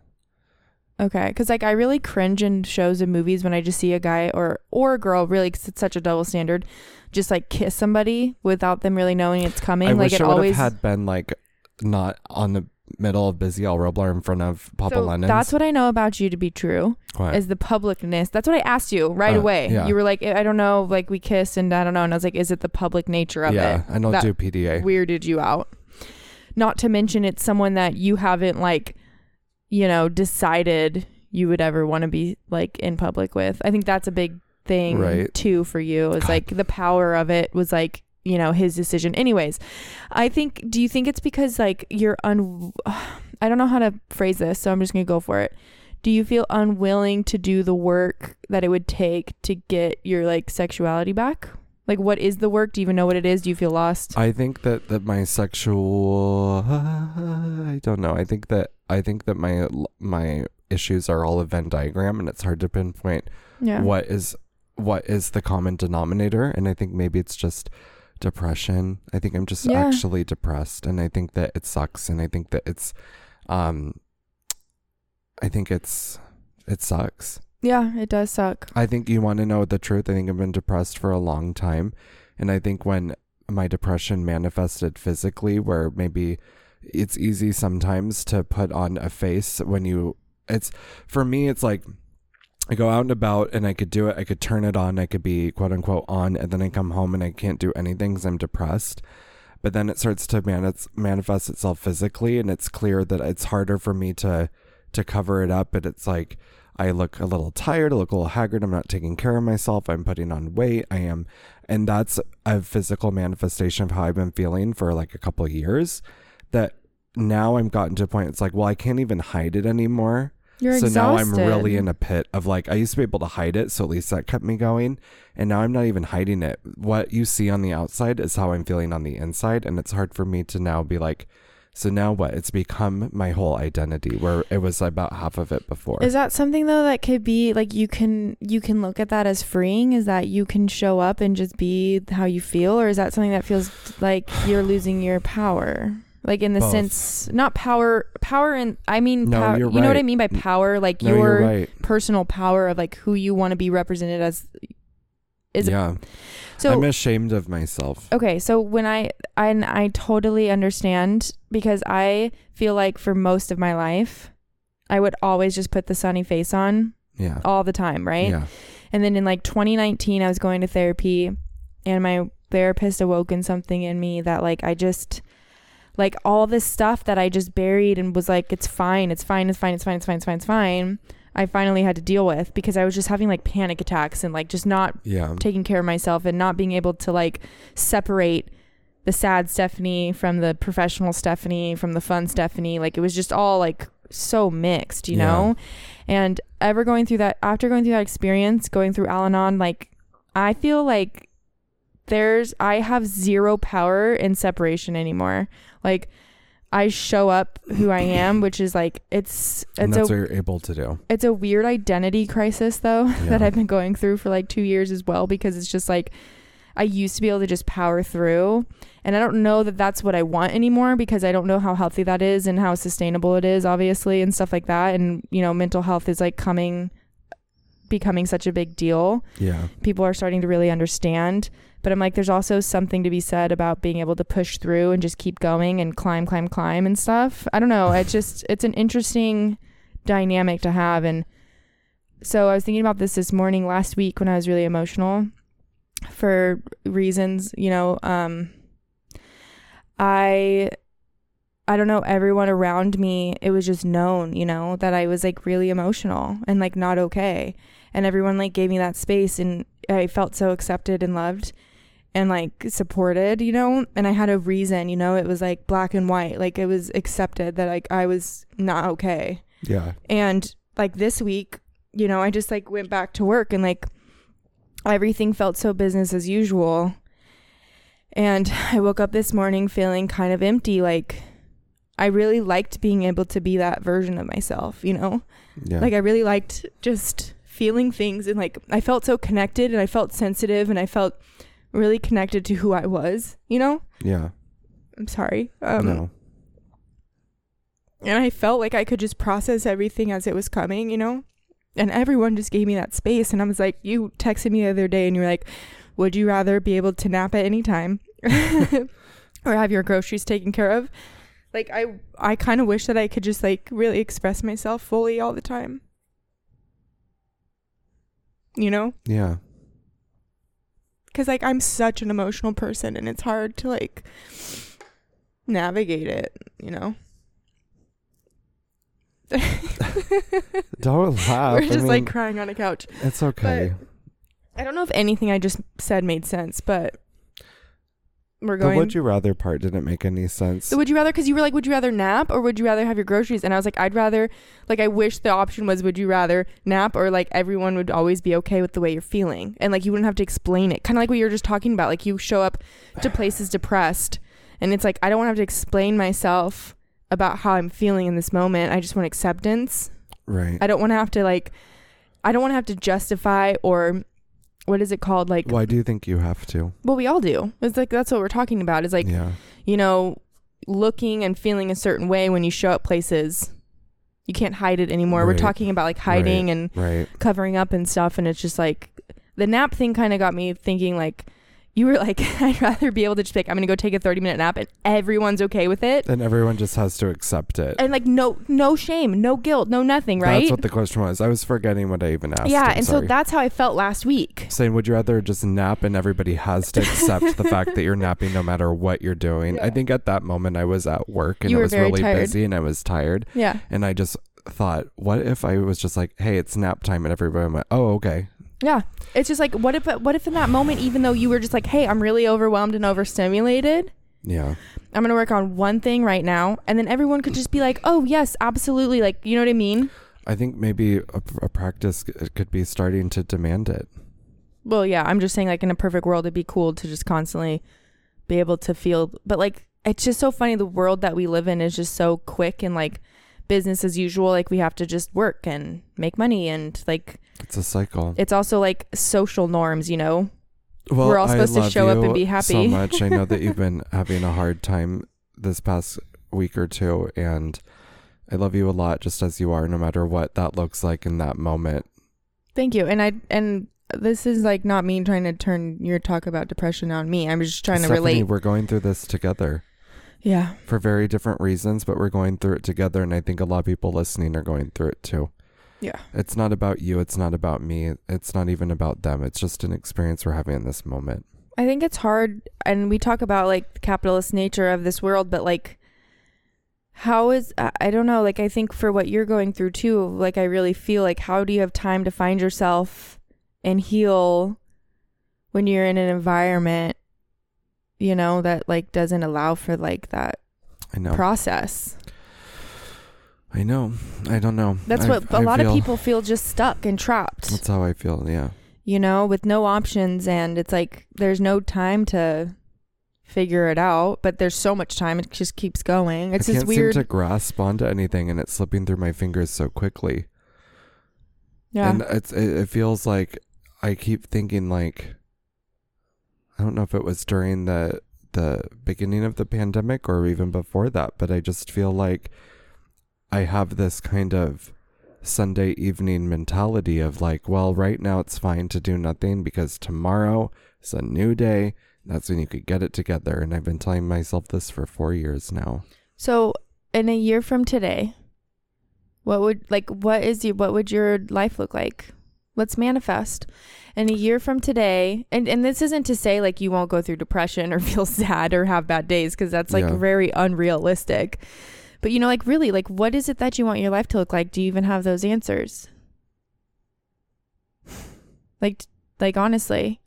Okay, because like I really cringe in shows and movies when I just see a guy or or a girl really 'cause it's such a double standard, just like kiss somebody without them really knowing it's coming. I like wish it I would always. have had been like not on the middle of busy El Roblar in front of Papa so Lennon's. that's what I know about you to be true What? is the publicness. That's what I asked you right Uh, away. yeah. You were like, I don't know, like we kissed and I don't know, and I was like, is it the public nature of yeah, it? I don't That- do PDA. weirded you out. Not to mention it's someone that you haven't like, you know, decided you would ever want to be like in public with. I think that's a big thing Right. too for you. It's God. like the power of it was like, you know, his decision. Anyways, I think do you think it's because like you're un I don't know how to phrase this, so I'm just going to go for it. Do you feel unwilling to do the work that it would take to get your like sexuality back? Like what is the work? Do you even know what it is? Do you feel lost? I think that that my sexual I don't know. I think that I think that my my issues are all a Venn diagram and it's hard to pinpoint yeah. what is what is the common denominator and I think maybe it's just depression. I think I'm just Yeah. actually depressed and I think that it sucks and I think that it's um I think it's it sucks. Yeah, it does suck. I think you want to know the truth. I think I've been depressed for a long time. And I think when my depression manifested physically, where maybe it's easy sometimes to put on a face when you, it's for me, it's like I go out and about and I could do it. I could turn it on. I could be quote unquote on. And then I come home and I can't do anything because I'm depressed. But then it starts to man- manifest itself physically. And it's clear that it's harder for me to to cover it up. But it's like, I look a little tired, I look a little haggard, I'm not taking care of myself, I'm putting on weight, I am and that's a physical manifestation of how I've been feeling for like a couple of years that now I'm gotten to a point it's like, well, I can't even hide it anymore. You're so exhausted. now I'm really in a pit of like I used to be able to hide it, so at least that kept me going. And now I'm not even hiding it. What you see on the outside is how I'm feeling on the inside, and it's hard for me to now be like so now what? It's become my whole identity where it was about half of it before. Is that something though that could be like you can you can look at that as freeing? Is that you can show up and just be how you feel, or is that something that feels like you're losing your power? Like in the Both. sense, not power, power, and I mean, No, power, you're you know what right. I mean by power, like no, your you're right. personal power of like who you want to be represented as. Is yeah. so I'm ashamed of myself. okay so when i and i totally understand because i feel like for most of my life i would always just put the sunny face on Yeah. all the time right Yeah. and then in like 2019 i was going to therapy and my therapist awoken something in me that like i just like all this stuff that i just buried and was like it's fine it's fine it's fine it's fine it's fine it's fine it's fine i finally had to deal with because i was just having like panic attacks and like just not Yeah. taking care of myself and not being able to like separate the sad Stephanie from the professional Stephanie from the fun Stephanie. Like it was just all like so mixed, you Yeah. know? And ever going through that, after going through that experience, going through Al Anon, like I feel like there's, I have zero power in separation anymore. Like, I show up who I am, which is like it's and it's that's a what you're able to do. it's a weird identity crisis though that Yeah. I've been going through for like 2 years as well because it's just like I used to be able to just power through and I don't know that that's what I want anymore because I don't know how healthy that is and how sustainable it is obviously and stuff like that and you know mental health is like coming becoming such a big deal. Yeah. People are starting to really understand, but I'm like there's also something to be said about being able to push through and just keep going and climb climb climb and stuff. I don't know, it's just it's an interesting dynamic to have and so I was thinking about this this morning last week when I was really emotional for reasons, you know, um I I don't know everyone around me it was just known, you know, that I was like really emotional and like not okay and everyone like gave me that space and I felt so accepted and loved and like supported, you know, and I had a reason, you know, it was like black and white, like it was accepted that like I was not okay. Yeah. And like this week, you know, I just like went back to work and like everything felt so business as usual. And I woke up this morning feeling kind of empty. Like, I really liked being able to be that version of myself, you know? Yeah. Like, I really liked just feeling things and like I felt so connected and I felt sensitive and I felt really connected to who I was, you know? yeah. I'm sorry. Um, no. And I felt like I could just process everything as it was coming, you know? And everyone just gave me that space. And I was like, you texted me the other day and you were like, would you rather be able to nap at any time or have your groceries taken care of? Like I I kind of wish that I could just like really express myself fully all the time. You know? Yeah. Cuz like I'm such an emotional person and it's hard to like navigate it, you know. Don't laugh. We're I just like mean, crying on a couch. it's okay. I don't know if anything I just said made sense, but we're The going. would you rather part didn't make any sense. so would you rather? Because you were like, would you rather nap or would you rather have your groceries? And I was like, I'd rather. Like, I wish the option was, would you rather nap or like everyone would always be okay with the way you're feeling, and like you wouldn't have to explain it. Kind of like what you were just talking about. Like you show up to places depressed, and it's like I don't want to have to explain myself about how I'm feeling in this moment. I just want acceptance. right. I don't want to have to like. I don't want to have to justify or what is it called like Why do you think you have to? Well, we all do. It's like that's what we're talking about. Is like yeah. you know, looking and feeling a certain way when you show up places. You can't hide it anymore. We're Right. talking about like hiding and Right. covering up and stuff, and it's just like the nap thing kind of got me thinking like. You were like, I'd rather be able to just be like, I'm gonna go take a 30 minute nap, and everyone's okay with it, And everyone just has to accept it. and like no, no shame, no guilt, no nothing, right? That's what the question was. I was forgetting what I even asked. yeah, I'm and so sorry. that's how I felt last week. saying would you rather just nap and everybody has to accept the fact that you're napping no matter what you're doing i think at that moment i was at work and You it were was very really tired. busy and i was tired Yeah, and i just thought what if i was just like hey it's nap time and everybody went oh okay Yeah. It's just like what if what if in that moment even though you were just like, "Hey, I'm really overwhelmed and overstimulated. yeah I'm going to work on one thing right now." And then everyone could just be like, "Oh, yes, absolutely." Like, you know what I mean? i think maybe a, a practice c- could be starting to demand it Well, yeah, I'm just saying like in a perfect world it'd be cool to just constantly be able to feel but like it's just so funny the world that we live in is just so quick and like business as usual like we have to just work and make money and like it's a cycle it's also like social norms you know well we're all I supposed to love show up and be you so happy. much i know that you've been having a hard time this past week or two and i love you a lot just as you are no matter what that looks like in that moment Thank you. And I and this is like not me trying to turn your talk about depression on me. I'm just trying to Stephanie, relate. We're going through this together Yeah. for very different reasons, but we're going through it together. And I think a lot of people listening are going through it too. Yeah. It's not about you. It's not about me. It's not even about them. It's just an experience we're having in this moment. I think it's hard and we talk about like the capitalist nature of this world, but like how is I- I don't know, like I think for what you're going through too, like I really feel like how do you have time to find yourself and heal when you're in an environment you know that like doesn't allow for like that I know. process. I know. I don't know. That's I- what a I lot of feel- people feel just stuck and trapped. That's how I feel. Yeah. you know, with no options. And it's like there's no time to figure it out, but there's so much time. It just keeps going. It's I just can't weird. seem to grasp onto anything, and it's slipping through my fingers so quickly. yeah. And it's it, it feels like I keep thinking like I don't know if it was during the the beginning of the pandemic or even before that, but I just feel like I have this kind of Sunday evening mentality of like, well, right now it's fine to do nothing because tomorrow is a new day. That's when you could get it together. And I've been telling myself this for four years now. so in a year from today, what would like what is you what would your life look like? Let's manifest. In a year from today, and, and this isn't to say like you won't go through depression or feel sad or have bad days because that's like Yeah. very unrealistic. But you know, like really, like what is it that you want your life to look like? Do you even have those answers? like like honestly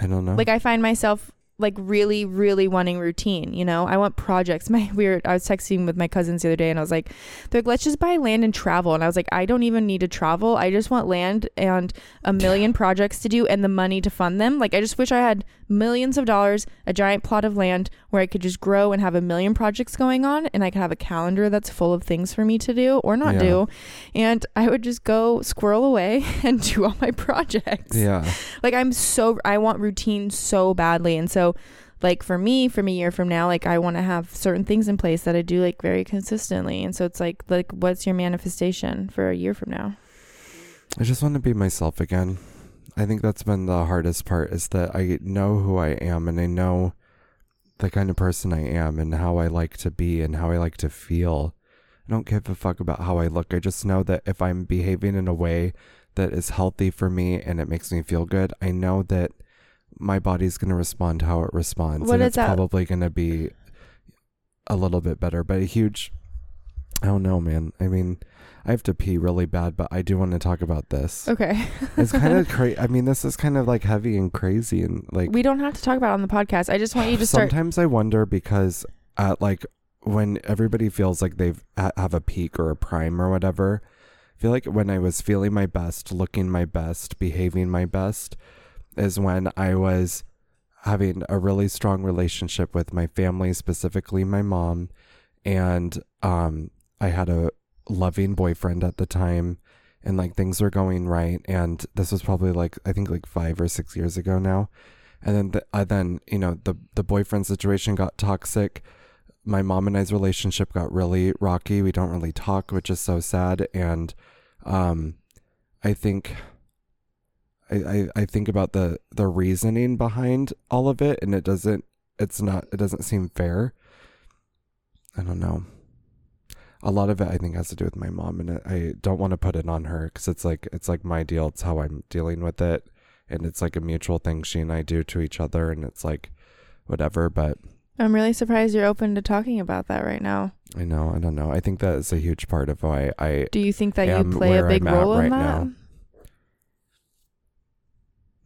I don't know. like i find myself like really really wanting routine you know i want projects my we were i was texting with my cousins the other day and i was like they're like let's just buy land and travel and i was like i don't even need to travel i just want land and a million projects to do and the money to fund them like i just wish i had millions of dollars a giant plot of land where i could just grow and have a million projects going on and i could have a calendar that's full of things for me to do or not Yeah. do and i would just go squirrel away and do all my projects Yeah. like i'm so i want routine so badly and so like for me from a year from now like i want to have certain things in place that i do like very consistently and so it's like like what's your manifestation for a year from now I just want to be myself again. I think that's been the hardest part is that I know who I am and I know the kind of person I am and how I like to be and how I like to feel. I don't give a fuck about how I look. I just know that if I'm behaving in a way that is healthy for me and it makes me feel good, I know that my body's going to respond how it responds. What and is it's that? probably going to be a little bit better, but a huge. I don't know, man. I mean, I have to pee really bad, but I do want to talk about this. okay It's kind of crazy. I mean, this is kind of like heavy and crazy, and like we don't have to talk about it on the podcast i just want you to start sometimes I wonder because at like when everybody feels like they've ha- have a peak or a prime or whatever, I feel like when I was feeling my best, looking my best, behaving my best, is when I was having a really strong relationship with my family, specifically my mom, and um, I had a loving boyfriend at the time. And like things were going right, and this was probably like I think like five or six years ago now and then the, I then you know the the boyfriend situation got toxic. My mom and I's relationship got really rocky. We don't really talk, which is so sad. And um, I think I, I I think about the the reasoning behind all of it, and it doesn't it's not it doesn't seem fair. I don't know. A lot of it, I think, has to do with my mom, and I I don't want to put it on her because it's like it's like my deal. It's how I'm dealing with it and it's like a mutual thing she and I do to each other and it's like whatever but i'm really surprised you're open to talking about that right now I know I don't know I think that is a huge part of why I do you think that Am you play a where big I'm at role in right that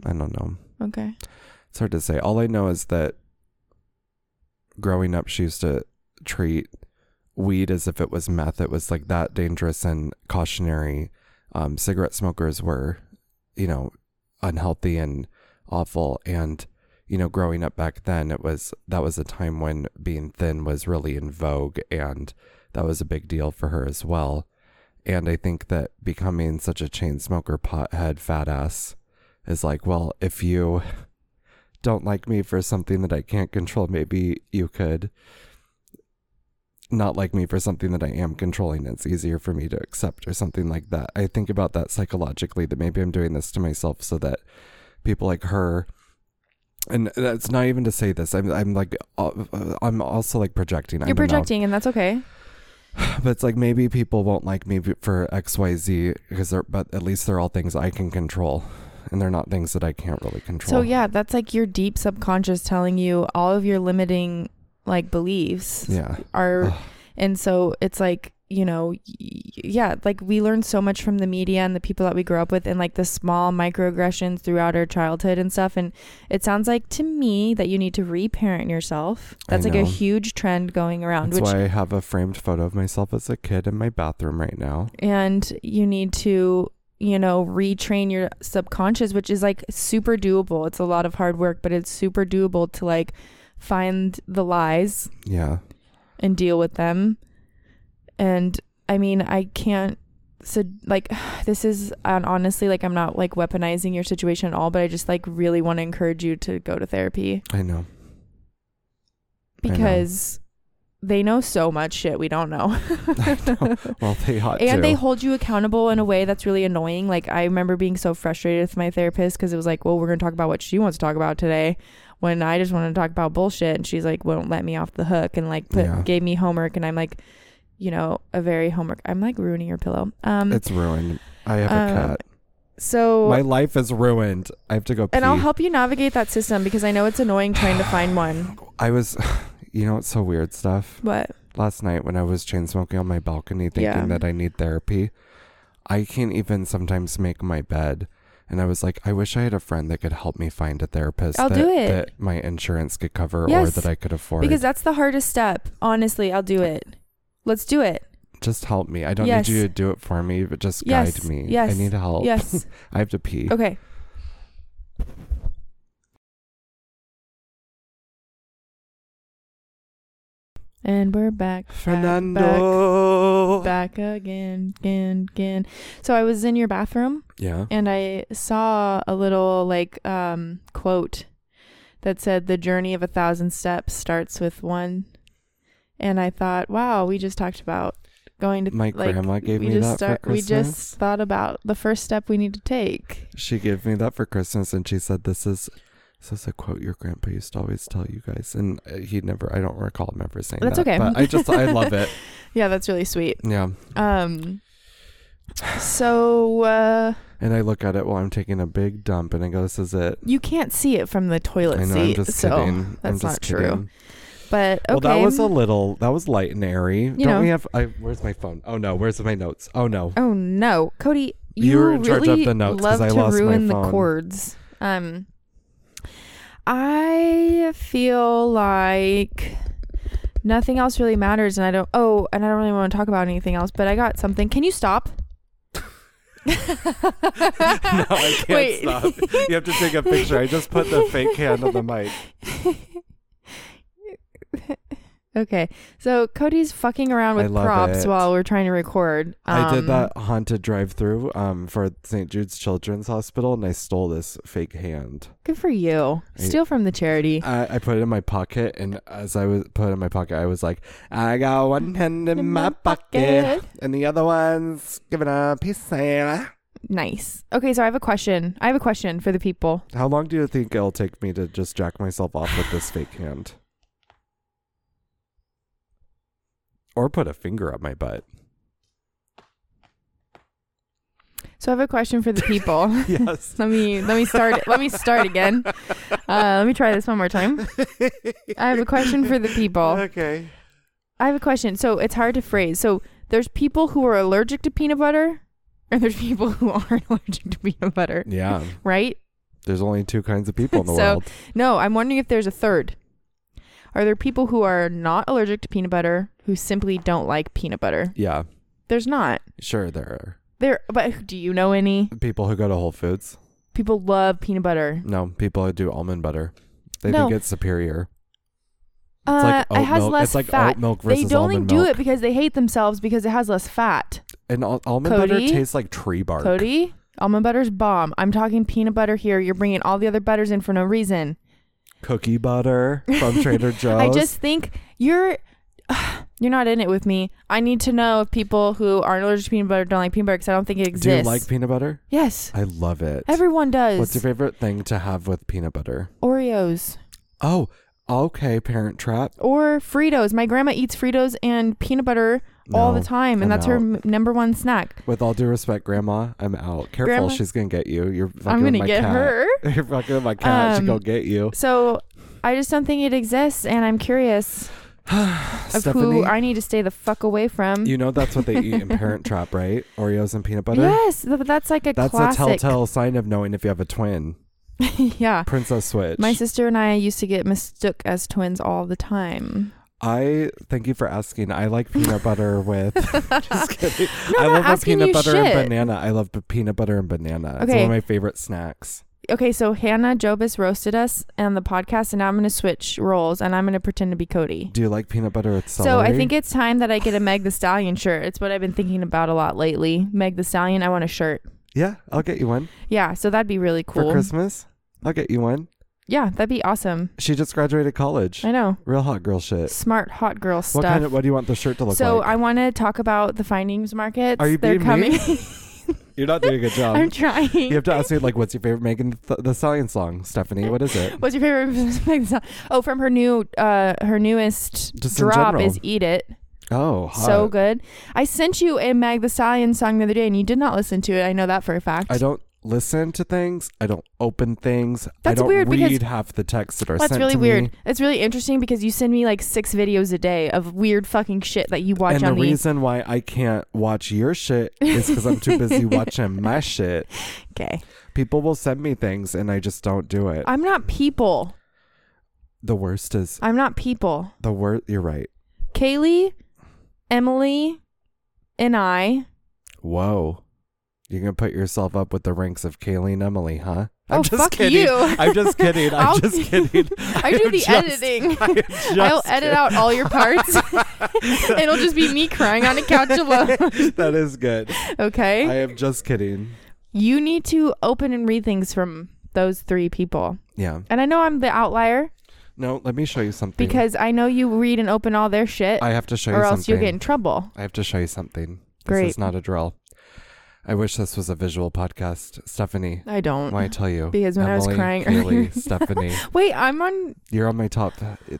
I don't know okay it's hard to say all I know is that growing up she used to treat weed as if it was meth it was like that dangerous and cautionary um cigarette smokers were you know unhealthy and awful and you know growing up back then it was that was a time when being thin was really in vogue and that was a big deal for her as well and i think that becoming such a chain smoker pothead fat ass is like well if you don't like me for something that i can't control maybe you could not like me for something that I am controlling. It's easier for me to accept or something like that. I think about that psychologically that maybe I'm doing this to myself so that people like her and that's not even to say this. I'm I'm like uh, I'm also like projecting. I you're don't know. projecting and that's okay But it's like maybe people won't like me for X Y Z because they're but at least they're all things I can control and they're not things that I can't really control. So yeah, that's like your deep subconscious telling you all of your limiting like beliefs Yeah. are Ugh. and so it's like, you know, y- yeah, like we learn so much from the media and the people that we grew up with and like the small microaggressions throughout our childhood and stuff and it sounds like to me that you need to reparent yourself. I That's like a know. huge trend going around That's which why I have a framed photo of myself as a kid in my bathroom right now. and you need to you know retrain your subconscious which is like super doable it's a lot of hard work but it's super doable to like find the lies Yeah. and deal with them and i mean i can't so like this is and honestly like i'm not like weaponizing your situation at all but i just like really want to encourage you to go to therapy I know. I know. because they know so much shit we don't know I know. Well, they ought to. and they hold you accountable in a way that's really annoying like i remember being so frustrated with my therapist because it was like well we're going to talk about what she wants to talk about today when i just wanted to talk about bullshit and she's like won't let me off the hook and like put, Yeah. gave me homework and i'm like you know a very homework i'm like ruining your pillow um It's ruined. I have a um, cat. so My life is ruined. I have to go pee. and i'll help you navigate that system because i know it's annoying trying to find one I was, you know, it's so weird stuff. but Last night when I was chain smoking on my balcony, thinking Yeah. that I need therapy, I can't even sometimes make my bed. And I was like, I wish I had a friend that could help me find a therapist I'll that, do it. that my insurance could cover or Yes, that I could afford. Because that's the hardest step. Honestly, I'll do it. Let's do it. just help me. I don't Yes. need you to do it for me, but just Yes, guide me. yes, I need help. Yes. I have to pee. Okay. And we're back. back, Fernando. Back, back again, again, again. So I was in your bathroom. Yeah. and I saw a little like um, quote that said, "The journey of a thousand steps starts with one." And I thought, wow, we just talked about going to My like, grandma gave we me just that start. for we Christmas. just thought about the first step we need to take. She gave me that for Christmas, and she said, "This is." This is a quote your grandpa used to always tell you guys, and uh, he never—I don't recall him ever saying That's that. okay. But I just—I love it. Yeah, that's really sweet. Yeah, Um, so uh, and I look at it while I'm taking a big dump, and I go, "This is it." you can't see it from the toilet I know. seat. I'm just so, kidding. I'm that's not just true. kidding. but okay, Well, that was a little. That was light and airy. Don't know. we have? I, where's my phone? Oh no. Where's my notes? Oh no. Oh no, Cody, you, You were in charge of really the notes 'cause love I to lost my ruin the phone. chords. Um, I feel like nothing else really matters, and I don't. Oh, and I don't really want to talk about anything else. But I got something. Can you stop? no, I can't Wait. stop. You have to take a picture. I just put the fake hand on the mic. Okay, so Cody's fucking around I with love props it. while we're trying to record. I did Um, that haunted drive-through um, for St. Jude's Children's Hospital, and I stole this fake hand. Good for you. I- Steal from the charity. I, I put it in my pocket, and as I was put it in my pocket, I was like, "I got one hand in, my, pocket, and the other one's giving a peace sign." Nice. Okay, so I have a question. I have a question for the people. How long do you think it'll take me to just jack myself off with this fake hand? Or put a finger up my butt. So I have a question for the people. Yes. Let me let me start let me start again. Uh, let me try this one more time. I have a question for the people. Okay. I have a question. So it's hard to phrase. So there's people who are allergic to peanut butter, and there's people who aren't allergic to peanut butter, Yeah. right? There's only two kinds of people in the So- world. No, I'm wondering if there's a third. Are there people who are not allergic to peanut butter who simply don't like peanut butter? Yeah. There's not. Sure, there There, but do you know any are people who go to Whole Foods. people love peanut butter? No, people who do almond butter. They No. think it's superior. Uh, It's like oat it has milk. less it's like fat. oat milk versus They only almond do milk. it because they hate themselves because it has less fat. And al- almond butter Cody? tastes like tree bark. Cody, almond butter's bomb. I'm talking peanut butter here. You're bringing all the other butters in for no reason. Cookie butter from Trader Joe's. I just think you're you're not in it with me. I need to know if people who aren't allergic to peanut butter don't like peanut butter because I don't think it do you exists. like peanut butter? yes, I love it. everyone does. What's your favorite thing to have with peanut butter? Oreos Oh, okay, Parent Trap. or Fritos. My grandma eats Fritos and peanut butter all No, the time, and I'm that's her out. m- number one snack. With all due respect, Grandma, I'm out. Careful, Grandma- she's gonna get you. You're fucking I'm with gonna my get cat. her. You're fucking with my cat. she Um, gonna get you. So I just don't think it exists, and I'm curious of Stephanie, who I need to stay the fuck away from. you know that's what they eat in Parent Trap, right? Oreos and peanut butter. yes, th- but that's like a That's a classic. telltale sign of knowing if you have a twin. yeah, Princess Switch. my sister and I used to get mistook as twins all the time. I thank you for asking. I like peanut butter with. just kidding. No, I I'm not love a asking peanut you butter shit. and banana. I love b- peanut butter and banana. It's one Okay. of my favorite snacks. Okay, so Hannah Jobis roasted us on the podcast, and now I'm going to switch roles, and I'm going to pretend to be Cody. Do you like peanut butter with celery? So I think it's time that I get a Meg the Stallion shirt. It's what I've been thinking about a lot lately. Meg the Stallion, I want a shirt. yeah, I'll get you one Yeah, so that'd be really for cool. Christmas. I'll get you one. Yeah, that'd be awesome. She just graduated college. I know. Real hot girl shit. Smart hot girl stuff. Uh, What kind of? What do you want the shirt to look so like? I want to talk about the findings markets. Are you They're beating coming. me? You're not doing a good job. I'm trying. you have to ask me like, what's your favorite Megan th- the Stallion song, Stephanie? What is it? What's your favorite? Meg Thee Stallion? oh, from her new, uh, her newest Just in drop general. is "Eat It." Oh, hot. So good. I sent you a Mag the Stallion song the other day, and you did not listen to it. I know that for a fact. I don't listen to things. I don't open things. I That's don't weird because- read half the texts that are That's sent really to weird. me. It's really interesting because you send me like six videos a day of weird fucking shit that you watch and on the the. reason why I can't watch your shit is because I'm too busy watching my shit. okay, People will send me things and I just don't do it. I'm not people. the worst is I'm not people. the worst. You're right. Kaylee, Emily, and I. Whoa. You're going to put yourself up with the ranks of Kaylee and Emily, huh? I'm Oh, just fuck kidding. you. I'm just kidding. I'll- I'm just kidding. I do am the just- editing. I am just I'll edit out all your parts. It'll just be me crying on a couch alone. kidding. that is good. Okay. I am just kidding. you need to open and read things from those three people. Yeah. And I know I'm the outlier No, let me show you something. because I know you read and open all their shit, I have to show you or something. else you'll get in trouble. I have to show you something. This Great. is not a drill. I wish this was a visual podcast. Stephanie, I don't. why I tell you. Because when I was Emily, crying earlier- Kaylee, Stephanie, Wait, I'm on. you're on my top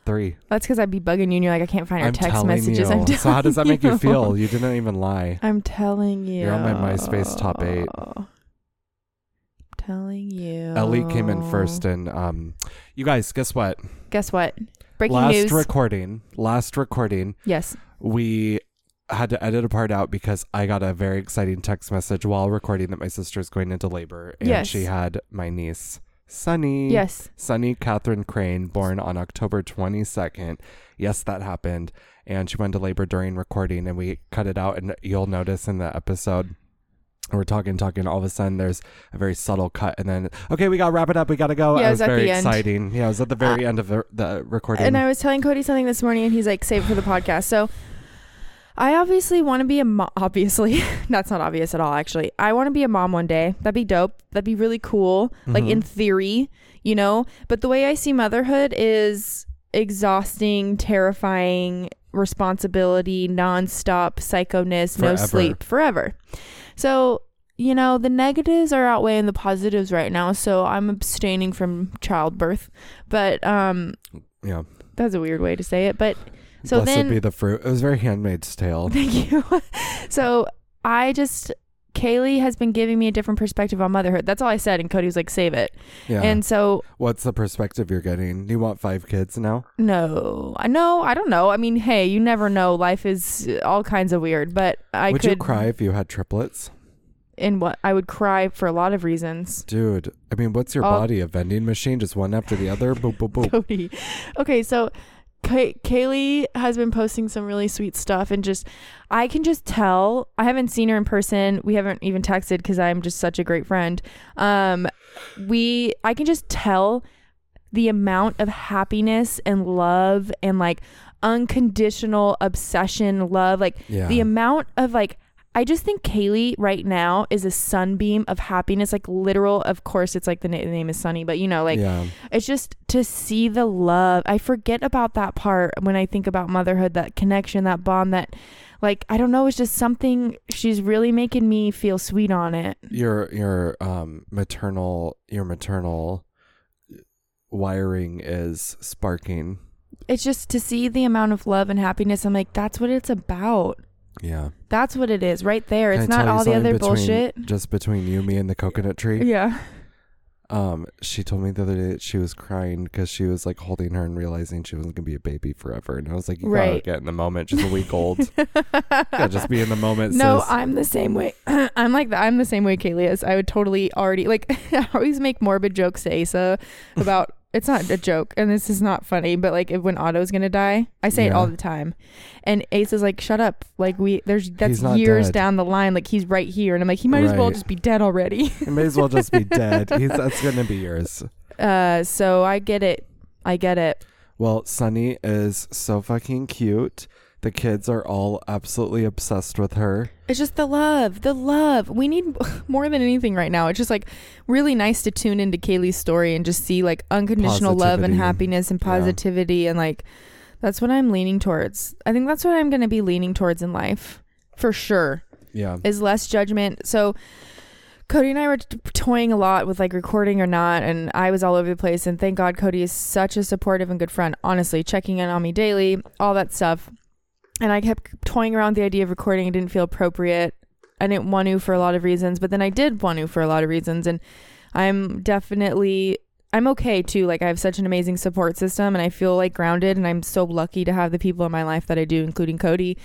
three. That's because I'd be bugging you, and you're like, I can't find our I'm text telling messages. you. I'm telling so how does that make you you. feel? You didn't even lie. I'm telling you. You're on my MySpace top eight. Telling you. Ellie came Oh. in first, and um, you guys, guess what? Guess what? Breaking last news. recording, last recording, yes. we had to edit a part out because I got a very exciting text message while recording that my sister's going into labor, and Yes. she had my niece Sunny. Yes. Sunny Catherine Crane, born on October 22nd. Yes, that happened. And she went to labor during recording, and we cut it out. And you'll notice in the episode, we're talking, talking. All of a sudden, there's a very subtle cut, and then okay, we got to wrap it up. We got to go. Yeah, it I was was at very the end. Uh, exciting. Yeah, I was at the very end of the, the recording. And I was telling Cody something this morning, and he's like, "Save it for the podcast." So, I obviously want to be a mom. Obviously, that's not obvious at all. Actually, I want to be a mom one day. That'd be dope. That'd be really cool. Like Mhm. in theory, you know. But the way I see motherhood is exhausting, terrifying, responsibility, nonstop psychoness, no Forever. sleep forever. So. You know, the negatives are outweighing the positives right now, so I'm abstaining from childbirth. But um yeah, that's a weird way to say it, but so blessed then be the fruit. It was very Handmaid's Tale. thank you. so I just Kaylee has been giving me a different perspective on motherhood. That's all I said, and Cody was like, "Save it." Yeah. And so what's the perspective you're getting? You want five kids now? no, I know I don't know. I mean, hey, you never know. Life is uh, all kinds of weird, but I Would could you cry if you had triplets? in what I would cry for a lot of reasons. Dude, I mean, what's your All- body? A vending machine, just one after the other. boop, boop, boop. Cody. Okay, so Kay- Kaylee has been posting some really sweet stuff, and just I can just tell. I haven't seen her in person. We haven't even texted because I'm just such a great friend. Um, we I can just tell the amount of happiness and love and like unconditional obsession love like Yeah. the amount of like I just think Kaylee right now is a sunbeam of happiness like literal of course it's like the na- name is sunny but you know like yeah. it's just to see the love. I forget about that part when I think about motherhood, that connection, that bond, that like I don't know, it's just something she's really making me feel sweet on it. your your um maternal your maternal wiring is sparking. It's just to see the amount of love and happiness. I'm like, that's what it's about. Yeah. That's what it is right there. Can It's I not tell you all the something other between- bullshit. Just between you, me, and the coconut tree. Yeah. Um, she told me the other day that she was crying because she was like holding her and realizing she wasn't gonna be a baby forever. And I was like, you gotta Right. get in the moment. She's a week old. You gotta just be in the moment. No, sis. I'm the same way. I'm like the, I'm the same way Kaylee is. I would totally already like I always make morbid jokes to Asa about it's not a joke and this is not funny, but like if, when Otto's gonna die, I say it Yeah. all the time, and Asa's like, "Shut up!" Like we there's that's He's not years dead. down the line. Like he's right here, and I'm like, he might as well Right. just be dead already. You may as well just be dead. He's, that's gonna be yours. Uh, so I get it. I get it. Well, Sunny is so fucking cute. The kids are all absolutely obsessed with her. It's just the love, the love. We need more than anything right now. It's just like really nice to tune into Kaylee's story and just see like unconditional love and Positivity. happiness and Yeah. positivity and like that's what I'm leaning towards. I think that's what I'm going to be leaning towards in life for sure Yeah. is less judgment. So Cody and I were t- toying a lot with like recording or not, and I was all over the place. And thank God Cody is such a supportive and good friend. Honestly, checking in on me daily, all that stuff. And I kept toying around with the idea of recording. It didn't feel appropriate. I I didn't want to for a lot of reasons, but then I did want to for a lot of reasons, and I'm definitely I'm okay too. Like I have such an amazing support system, and I feel like grounded, and I'm so lucky to have the people in my life that I do, including Cody,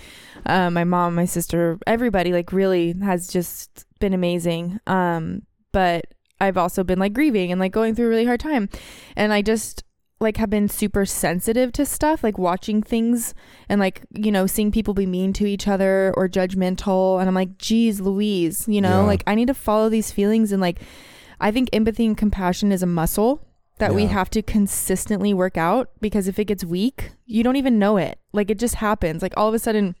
um, my mom, my sister, everybody. Like really has just been amazing. Um, but I've also been like grieving and like going through a really hard time, and I just like have been super sensitive to stuff like watching things and like you know seeing people be mean to each other or judgmental and i'm like geez louise you know Yeah. like i need to follow these feelings and like i think empathy and compassion is a muscle that we Yeah. have to consistently work out because if it gets weak you don't even know it like it just happens like all of a sudden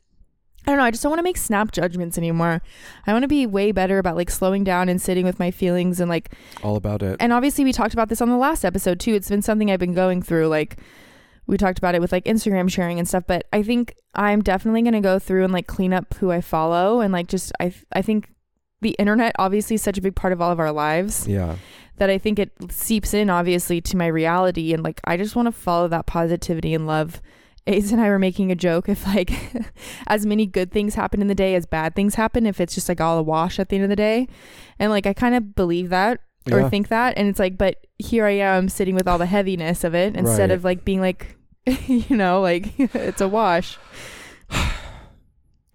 I don't know. I just don't want to make snap judgments anymore. I want to be way better about like slowing down and sitting with my feelings and like All about it. and obviously we talked about this on the last episode too it's been something i've been going through like we talked about it with like instagram sharing and stuff but i think i'm definitely going to go through and like clean up who i follow and like just i i think the internet obviously is such a big part of all of our lives yeah. that i think it seeps in obviously to my reality and like i just want to follow that positivity and love Ace and I were making a joke if like as many good things happen in the day as bad things happen if it's just like all a wash at the end of the day. And like I kind of believe that or yeah. think that and it's like but here i am sitting with all the heaviness of it instead Right. of like being like you know like it's a wash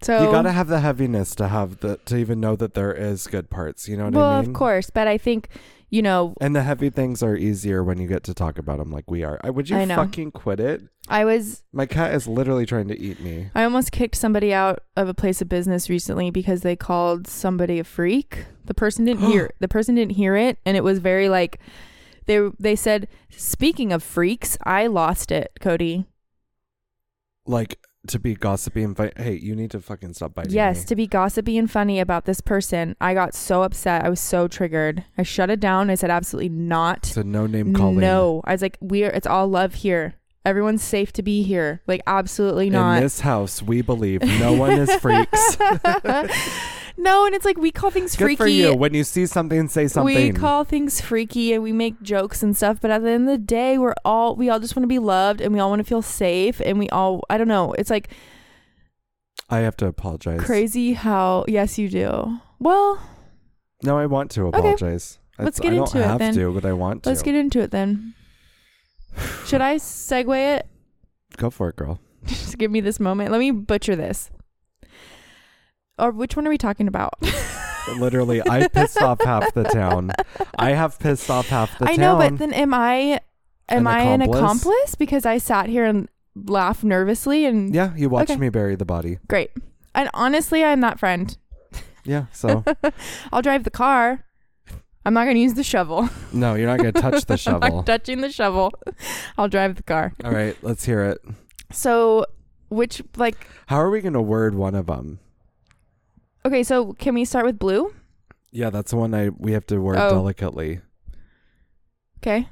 so you gotta have the heaviness to have the to even know that there is good parts. You know what well I mean? of course but i think you know And the heavy things are easier when you get to talk about them, like we are. I, would you I know. fucking quit it? i was My cat is literally trying to eat me. i almost kicked somebody out of a place of business recently because they called somebody a freak the person didn't hear the person didn't hear it and it was very like they they said speaking of freaks i lost it cody Like to be gossipy and fight. Hey, you need to fucking stop biting. Yes, me. to be gossipy and funny about this person. I got so upset. I was so triggered. I shut it down. I said absolutely not. It's a no name calling. No. I was like, we're it's all love here. Everyone's safe to be here. Like absolutely In not. this house, we believe no one is freaks. no, and it's like we call things freaky. Good for you. When you see something, say something. We call things freaky and we make jokes and stuff, but at the end of the day, we're all we all just want to be loved and we all want to feel safe and we all I don't know. It's like I have to apologize. crazy how yes you do. Well, No, I want to apologize. Let's It's- get I don't into it have then. to, but I want to. let's get into it then. Should I segue it? Go for it, girl. Just give me this moment. Let me butcher this. Or which one are we talking about? Literally, I pissed off half the town. I have pissed off half the I know, town. but then am I am An I an accomplice? accomplice because I sat here and laughed nervously and yeah, you watched Okay. me bury the body. great. And honestly, I'm that friend. Yeah, so I'll drive the car. I'm not going to use the shovel. no, you're not gonna touch the I'm not shovel. touching the shovel. I'll drive the car. All right, let's hear it. So, which like How are we gonna word one of them? okay, so can we start with blue? Yeah, that's the one I we have to word Oh. delicately. Okay.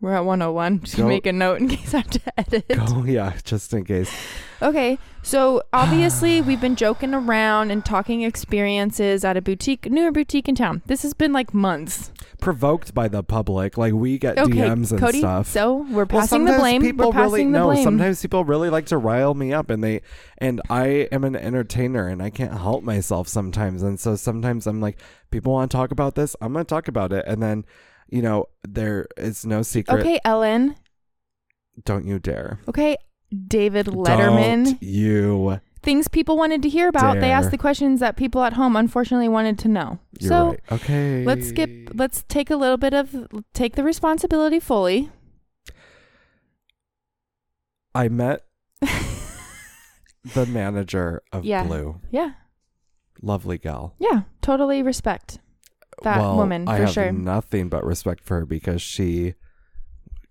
We're at 101. Just Go- make a note in case I have to edit. Go, Oh, yeah, just in case. Okay, so obviously we've been joking around and talking experiences at a boutique, newer boutique in town. This has been like months. Provoked by the public, like we get Okay, DMs and Cody. stuff. So we're passing the sometimes blame. People we're passing really the no. blame. Sometimes people really like to rile me up, and they and I am an entertainer, and I can't help myself sometimes. And so sometimes I'm like, people want to talk about this. I'm going to talk about it, and then you know there is no secret. okay, Ellen. Don't you dare, Okay, David Letterman. Don't you. Things people wanted to hear about. They asked Dare. the questions that people at home unfortunately wanted to know. You're so right. Okay. let's skip. Let's take a little bit of take the responsibility fully. I met the manager of Yeah. Blue. Yeah, Lovely gal. yeah, totally respect. That well, woman, I for have sure. nothing but respect for her because she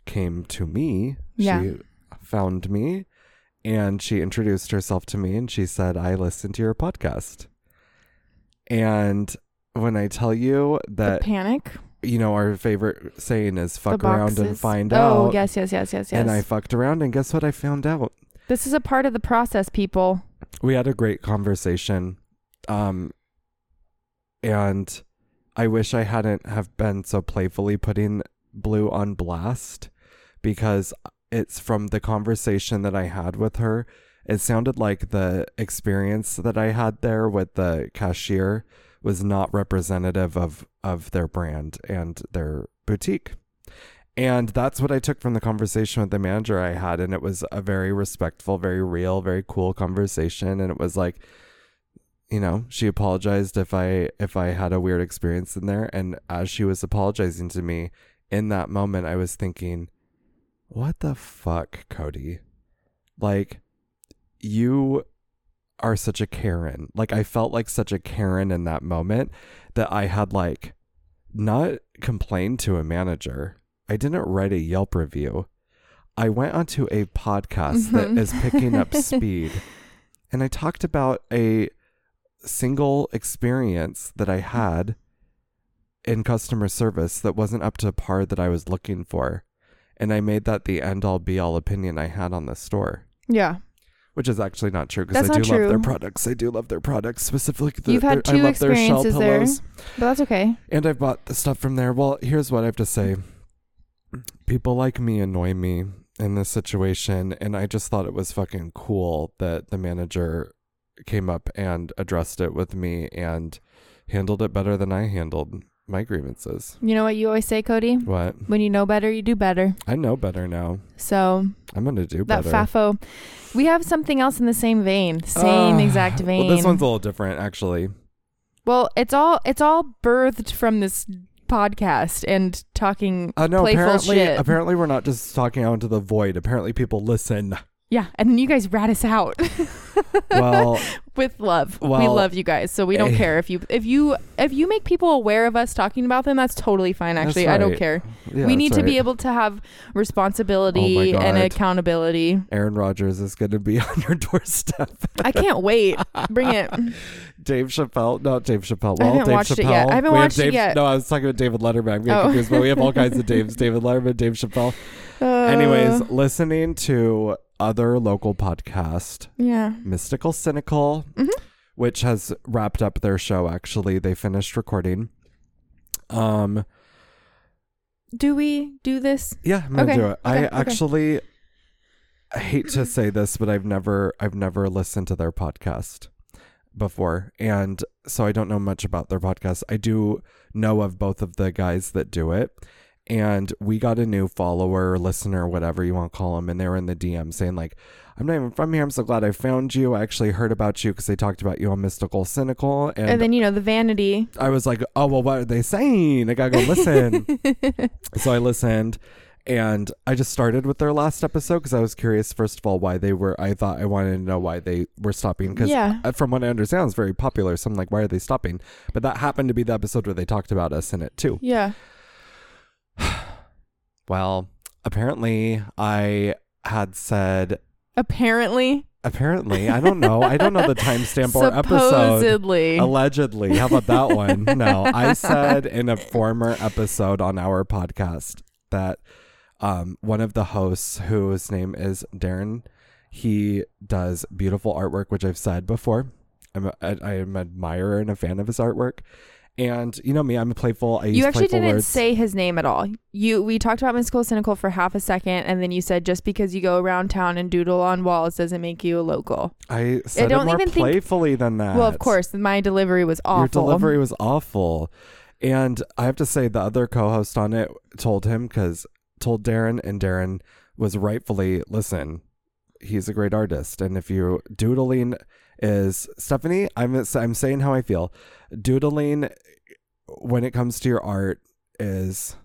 came to me. Yeah. She found me and she introduced herself to me and she said, I listened to your podcast. And when I tell you The that, panic. you know, our favorite saying is fuck the around and boxes. find oh, out. yes, yes, yes, yes, yes. And I fucked around and guess what I found out? this is a part of the process, people. we had a great conversation um and i wish i hadn't have been so playfully putting blue on blast because it's from the conversation that i had with her it sounded like the experience that I had there with the cashier was not representative of of their brand and their boutique. And that's what I took from the conversation with the manager I had. And it was a very respectful, very real, very cool conversation. And it was like, you know, she apologized if I if I had a weird experience in there. And as she was apologizing to me, in that moment I was thinking, What the fuck, Cody? Like, you are such a Karen. Like I felt like such a Karen in that moment that I had like not complained to a manager. I didn't write a Yelp review. I went onto a podcast that Mhm. is picking up speed and I talked about a single experience that I had in customer service that wasn't up to par that I was looking for. And I made that the end all be all opinion I had on the store Yeah. which is actually not true because That's I do not love their true. products. I do love their products specifically. The, You've had their- I two love their shell experiences there. pillows, But that's okay. and I've bought the stuff from there. Well, here's what I have to say: people like me annoy me in this situation, and I just thought it was fucking cool that the manager came up and addressed it with me and handled it better than I handled my grievances. You know what you always say, Cody? What When you know better, you do better. I know better now. So I'm gonna do that better. FAFO. We have something else in the same vein. Same Ah, exact vein. Well, this one's a little different, actually. Well, it's all it's all birthed from this podcast and talking Uh, no, playful apparently, shit. apparently we're not just talking out into the void. Apparently, people listen. yeah, and then you guys rat us out Well, with love. we Well, love you guys, so we don't eh. care if you if you if you make people aware of us talking about them. That's totally fine. That's Actually, I don't right. care. yeah, we need that's to be right. able to have Oh responsibility my and God. accountability. Aaron Rodgers is going to be on your doorstep. I can't wait. Bring it. Dave Chappelle, not Dave Chappelle. Well, I haven't Dave watched Chappelle. it yet. I haven't we have watched it Dave- yet. No, I was talking about David Letterman. I'm getting Oh. confused, but we have all kinds of Daves: David Letterman, Dave Chappelle. Uh, Anyways, listening to other local podcast yeah. Mystical Cynical, Mhm. which has wrapped up their show. Actually, they finished recording. Um, Do we do this? Yeah, I'm gonna Okay, do it. okay, I okay. actually I hate to say this, but I've never I've never listened to their podcast before. And so I don't know much about their podcast. I do know of both of the guys that do it. And we got a new follower, listener, whatever you want to call them, and they were in the DM saying like, "I'm not even from here. I'm so glad I found you. I actually heard about you because they talked about you on Mystical Cynical, and, And, then you know the vanity. I was like, oh well, what are they saying? I gotta go listen. So I listened and I just started with their last episode because I was curious, first of all, why they were. I thought I wanted to know why they were stopping because, Yeah. from what I understand, it's very popular. So I'm like, why are they stopping? But that happened to be the episode where they talked about us in it too. Yeah. Well, apparently, I had said, Apparently. apparently, I don't know. I don't know the timestamp or episode. Supposedly. Allegedly. How about that one? No, I said in a former episode on our podcast that um, one of the hosts, whose name is Darren, he does beautiful artwork, which I've said before. I'm a, I, I am an admirer and a fan of his artwork. And you know me, I'm a playful. I use you actually playful didn't words. say his name at all. You we talked about mystical cynical for half a second, and then you said just because you go around town and doodle on walls doesn't make you a local. I said don't it more even think- playfully than that. Well, of course, my delivery was awful. Your delivery was awful. And I have to say, the other co host on it told him because told Darren, and Darren was rightfully, listen, he's a great artist. And if you doodling is Stephanie, I'm, I'm saying how I feel. Doodling, when it comes to your art, is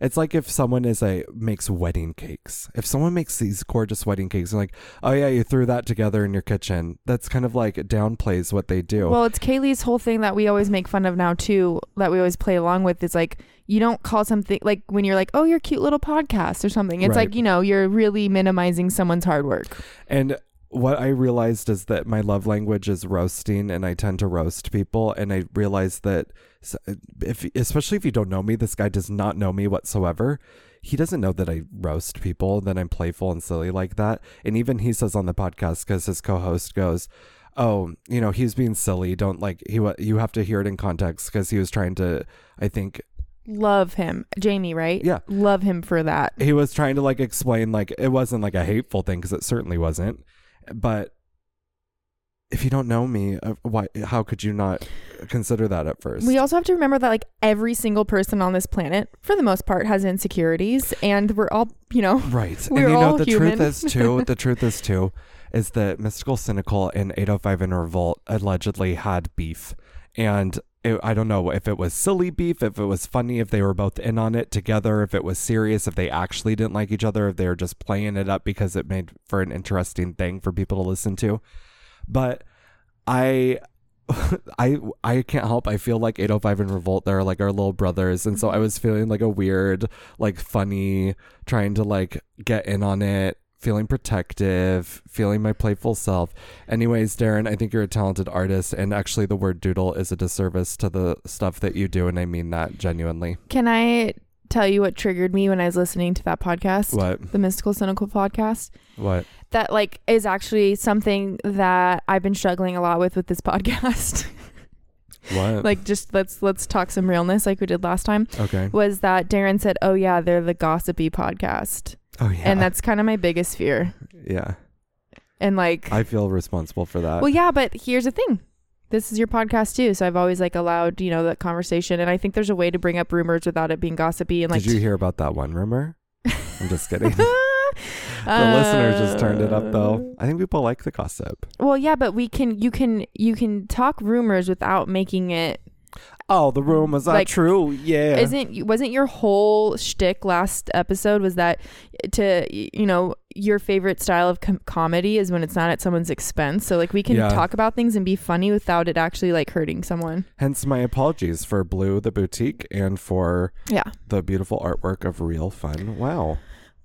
it's like if someone is a makes wedding cakes. If someone makes these gorgeous wedding cakes and like, oh yeah, you threw that together in your kitchen. That's kind of like downplays what they do. Well, it's Kaylee's whole thing that we always make fun of now too, that we always play along with is like you don't call something like when you're like, "Oh, your cute little podcast" or something. It's Right. like, you know, you're really minimizing someone's hard work. And what I realized is that my love language is roasting, and I tend to roast people. And I realized that, s- if especially if you don't know me, this guy does not know me whatsoever. He doesn't know that I roast people, that I'm playful and silly like that. And even he says on the podcast because his co-host goes, "Oh, you know, he's being silly. Don't like he. wa- You have to hear it in context because he was trying to. I think Love him. Jamie, right? Yeah. Love him for that. he was trying to like explain like it wasn't like a hateful thing because it certainly wasn't but if you don't know me, uh, why? How could you not consider that at first? We also have to remember that like every single person on this planet, for the most part, has insecurities, and we're all you know Right. We're and you all know the human. truth is too the truth is too is that Mystical Cynical and 805 and Revolt allegedly had beef. And it, I don't know if it was silly beef, if it was funny, if they were both in on it together, if it was serious, if they actually didn't like each other, if they were just playing it up because it made for an interesting thing for people to listen to. But I I I can't help. I feel like 805 and Revolt they're like our little brothers, and so I was feeling like a weird, like funny, trying to like get in on it, feeling protective, feeling my playful self. Anyways, Darren, I think you're a talented artist, and actually, the word doodle is a disservice to the stuff that you do, and I mean that genuinely. Can I tell you what triggered me when I was listening to that podcast? What? The Mystical Cynical podcast. What? That like is actually something that I've been struggling a lot with with this podcast. What? like just let's let's talk some realness like we did last time. okay. Was that Darren said, "Oh yeah, they're the gossipy podcast." Oh yeah. And that's kind of my biggest fear. yeah. And like I uh, feel responsible for that. Well, yeah, but here's the thing. This is your podcast too, so I've always like allowed, you know, that conversation and I think there's a way to bring up rumors without it being gossipy and like Did you hear about that one rumor? I'm just kidding. The listeners just turned it up though. I think people like the gossip. Uh, Well, yeah, but we can you can you can talk rumors without making it Oh, the rumors Like, are true. Yeah. not wasn't your whole shtick last episode was that to you know your favorite style of com- comedy is when it's not at someone's expense. So like we can Yeah. talk about things and be funny without it actually like hurting someone. Hence my apologies for Blue the boutique and for Yeah. the beautiful artwork of Real Fun. Wow.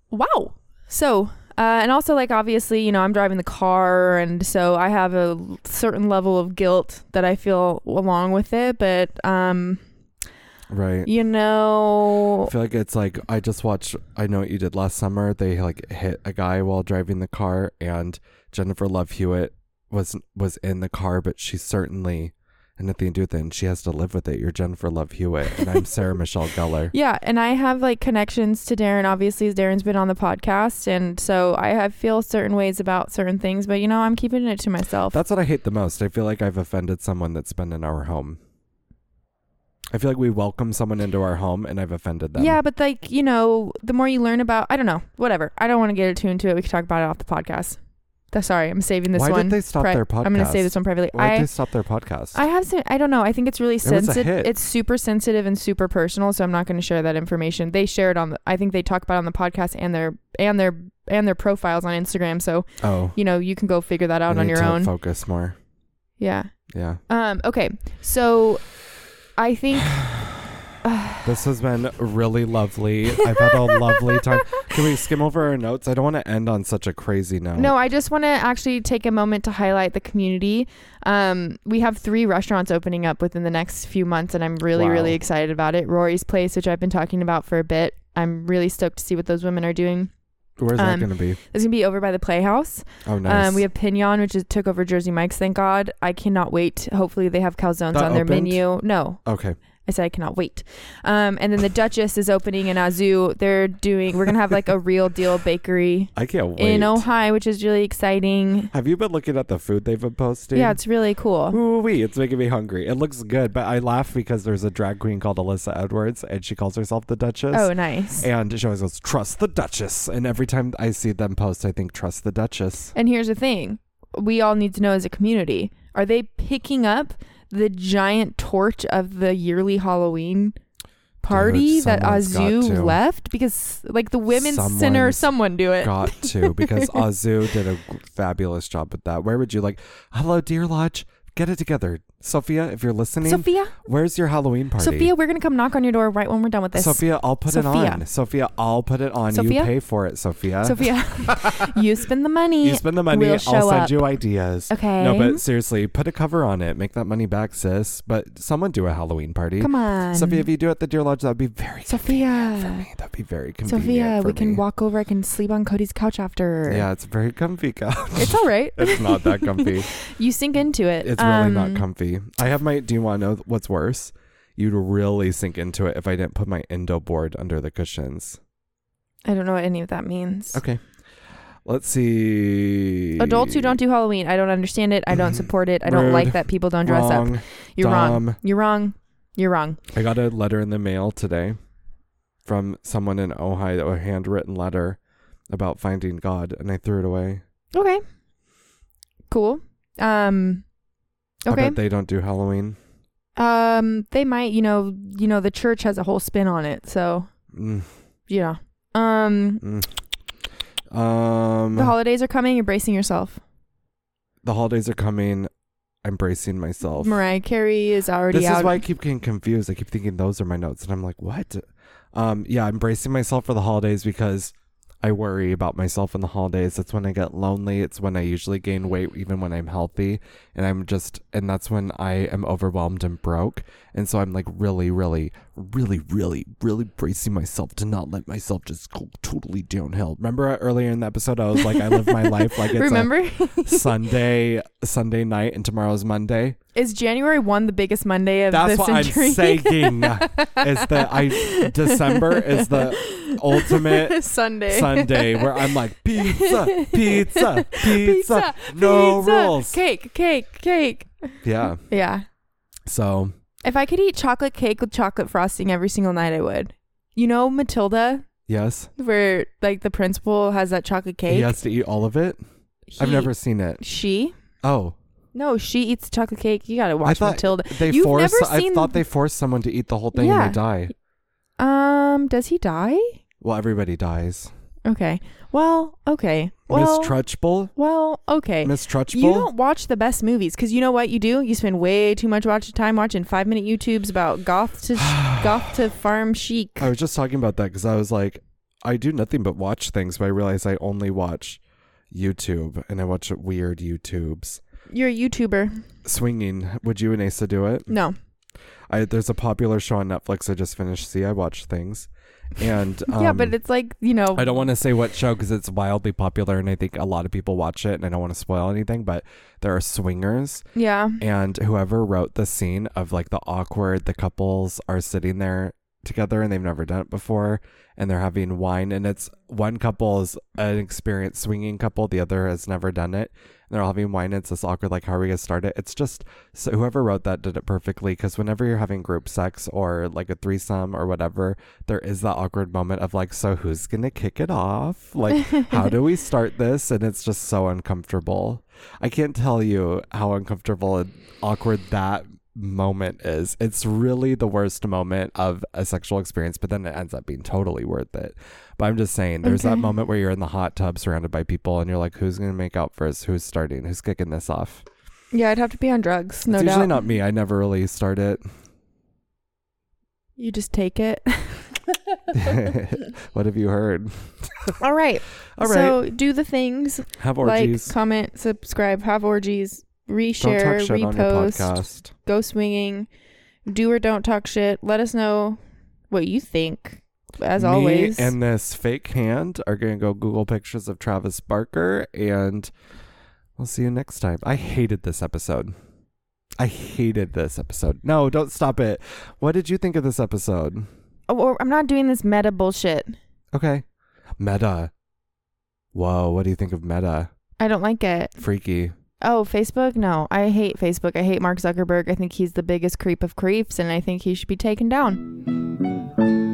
Wow. So, uh, and also, like, obviously, you know, I'm driving the car, and so I have a l- certain level of guilt that I feel along with it. But, um, Right. you I know, feel like it's like I just watched I know what you did last summer. They like hit a guy while driving the car and Jennifer Love Hewitt was was in the car, but she certainly and nothing to do with it. And she has to live with it. You're Jennifer Love Hewitt and I'm Sarah Michelle Gellar. yeah, and I have like connections to Darren. Obviously, as Darren's been on the podcast, and so I have feel certain ways about certain things. But you know, I'm keeping it to myself. That's what I hate the most. I feel like I've offended someone that's been in our home. I feel like we welcome someone into our home and I've offended them. Yeah, but like you know, the more you learn about, I don't know, whatever. I don't want to get attuned to it. We can talk about it off the podcast. That's sorry, I'm saving this Why one. did they stop pri- their podcast? I'm going to say this one privately. Why did I they stop their podcast? I have some, I don't know. I think it's really was a sensitive. hit. It's super sensitive and super personal, so I'm not going to share that information. They share it on the I think they talk about it on the podcast and their and their and their profiles on Instagram, so oh, you know, you can go figure that I out on need your to own. Focus more. yeah. Yeah. Um okay. So I think This has been really lovely. I've had a lovely time. Can we skim over our notes? I don't want to end on such a crazy note. No, I just want to actually take a moment to highlight the community. Um, we have three restaurants opening up within the next few months, and I'm really, Wow. really excited about it. Rory's Place, which I've been talking about for a bit. I'm really stoked to see what those women are doing. Where's um, that going to be? It's gonna be over by the Playhouse. Oh, nice. Um, we have Pinion, which is, took over Jersey Mike's. Thank God. I cannot wait. Hopefully, they have calzones That on their opened? menu. No, okay. I said I cannot wait. Um, and then the Duchess is opening in Azu. They're doing. We're gonna have like a real deal bakery I can't wait. in Ojai, which is really exciting. have you been looking at the food they've been posting? Yeah, it's really cool. Ooh wee, it's making me hungry. It looks good, but I laugh because there's a drag queen called Alyssa Edwards and she calls herself the Duchess. Oh, nice. And she always goes, Trust the Duchess. And every time I see them post, I think, Trust the Duchess. And here's the thing we all need to know as a community are they picking up the giant torch of the yearly Halloween party Dude, that someone's got Azu to. left? Because, like, the women's center, Someone's someone do it. Got to, because Azu did a g- fabulous job with that. Where would you like, Hello, Dear Lodge, get it together. Sophia, if you're listening, Sophia, where's your Halloween party? Sophia, we're going to come knock on your door right when we're done with this. Sophia, I'll put Sophia. it on. Sophia, I'll put it on. Sophia? You pay for it, Sophia. Sophia, you spend the money. You spend the money, We'll I'll show send up. you ideas. okay. No, but seriously, put a cover on it. Make that money back, sis. But someone do a Halloween party. come on. Sophia, if you do it at the Deer Lodge, that would be very convenient for Sophia. me. That'd be very convenient. Sophia, for we can me. walk over. I can sleep on Cody's couch after. Yeah, it's very comfy couch. It's all right. it's not that comfy. You sink into it. It's really Um, not comfy. I have my. Do you want to know what's worse? You'd really sink into it if I didn't put my endo board under the cushions. I don't know what any of that means. Okay. Let's see. Adults who don't do Halloween, I don't understand it. I don't support it. I don't Rude. like that people don't dress up. Wrong. You're Dumb. wrong. You're wrong. You're wrong. I got a letter in the mail today from someone in Ohio, a handwritten letter about finding God, and I threw it away. Okay. Cool. Um I Okay. bet they don't do Halloween. Um they might, you know, you know the church has a whole spin on it, so Mm, yeah. Um mm. Um, the holidays are coming, embracing yourself. the holidays are coming. I'm bracing myself. Mariah Carey is already oh, This out. is why I keep getting confused. I keep thinking those are my notes, and I'm like, what? Um, yeah, I'm bracing myself for the holidays because I worry about myself in the holidays. That's when I get lonely. It's when I usually gain weight, even when I'm healthy, and I'm just, and that's when I am overwhelmed and broke. And so I'm like really, really, really, really, really bracing myself to not let myself just go totally downhill. Remember earlier in the episode, I was like, I live my life like it's a Remember? Sunday, Sunday night, and tomorrow's Monday. is January 1 the biggest Monday of That's the what I'm century? saying, is that I- December is the ultimate Sunday. Sunday where I'm like pizza, pizza, pizza, no Pizza, rules. Cake, cake, cake. Yeah. Yeah. So If I could eat chocolate cake with chocolate frosting every single night, I would. You know Matilda, yes, where like the principal has that chocolate cake. he has to eat all of it. I've He- never seen it. She? Oh, No, she eats chocolate cake. You gotta I watch thought Matilda. they You've force. never I seen- thought they force someone to eat the whole thing Yeah. and they die. Um, does he die? Well, everybody dies. Okay. Well, okay. Well, Miss Trutchbull. well, okay. Miss Trutchbull. You don't watch the best movies because you know what you do? You spend way too much watch time watching five minute YouTubes about goth to sh- goth to farm chic. I was just talking about that because I was like, I do nothing but watch things, but I realize I only watch YouTube and I watch weird YouTubes. You're a YouTuber. Swinging, would you and Asa do it? No. I there's a popular show on Netflix I just finished. See, I watch things, and um, yeah, but it's like you know. I don't want to say what show because it's wildly popular and I think a lot of people watch it, and I don't want to spoil anything. But there are swingers, Yeah. and whoever wrote the scene of like the awkward the couples are sitting there together and they've never done it before and they're having wine and it's one couple is an experienced swinging couple the other has never done it and they're all having wine it's this awkward like how are we gonna start it it's just so whoever wrote that did it perfectly because whenever you're having group sex or like a threesome or whatever there is that awkward moment of like so who's gonna kick it off like how do we start this and it's just so uncomfortable I can't tell you how uncomfortable and awkward that moment is. It's really the worst moment of a sexual experience, but then it ends up being totally worth it. But I'm just saying, there's that Okay. moment where you're in the hot tub surrounded by people and you're like, who's going to make out first? Who's starting? Who's kicking this off? Yeah, I'd have to be on drugs. No it's doubt. usually not me. I never really start it. You just take it. what have you heard? All right. All right. So do the things have orgies. like comment, subscribe, have orgies, Don't reshare, talk shit on your repost, podcast. go swinging, do or don't talk shit. Let us know what you think. As me always, and this fake hand are going to go Google pictures of Travis Barker, and we'll see you next time. I hated this episode. I hated this episode. No, don't stop it. What did you think of this episode? Oh, or I'm not doing this meta bullshit. Okay. Meta. Whoa, what do you think of meta? I don't like it. Freaky. Oh, Facebook? No, I hate Facebook. I hate Mark Zuckerberg. I think he's the biggest creep of creeps, and I think he should be taken down.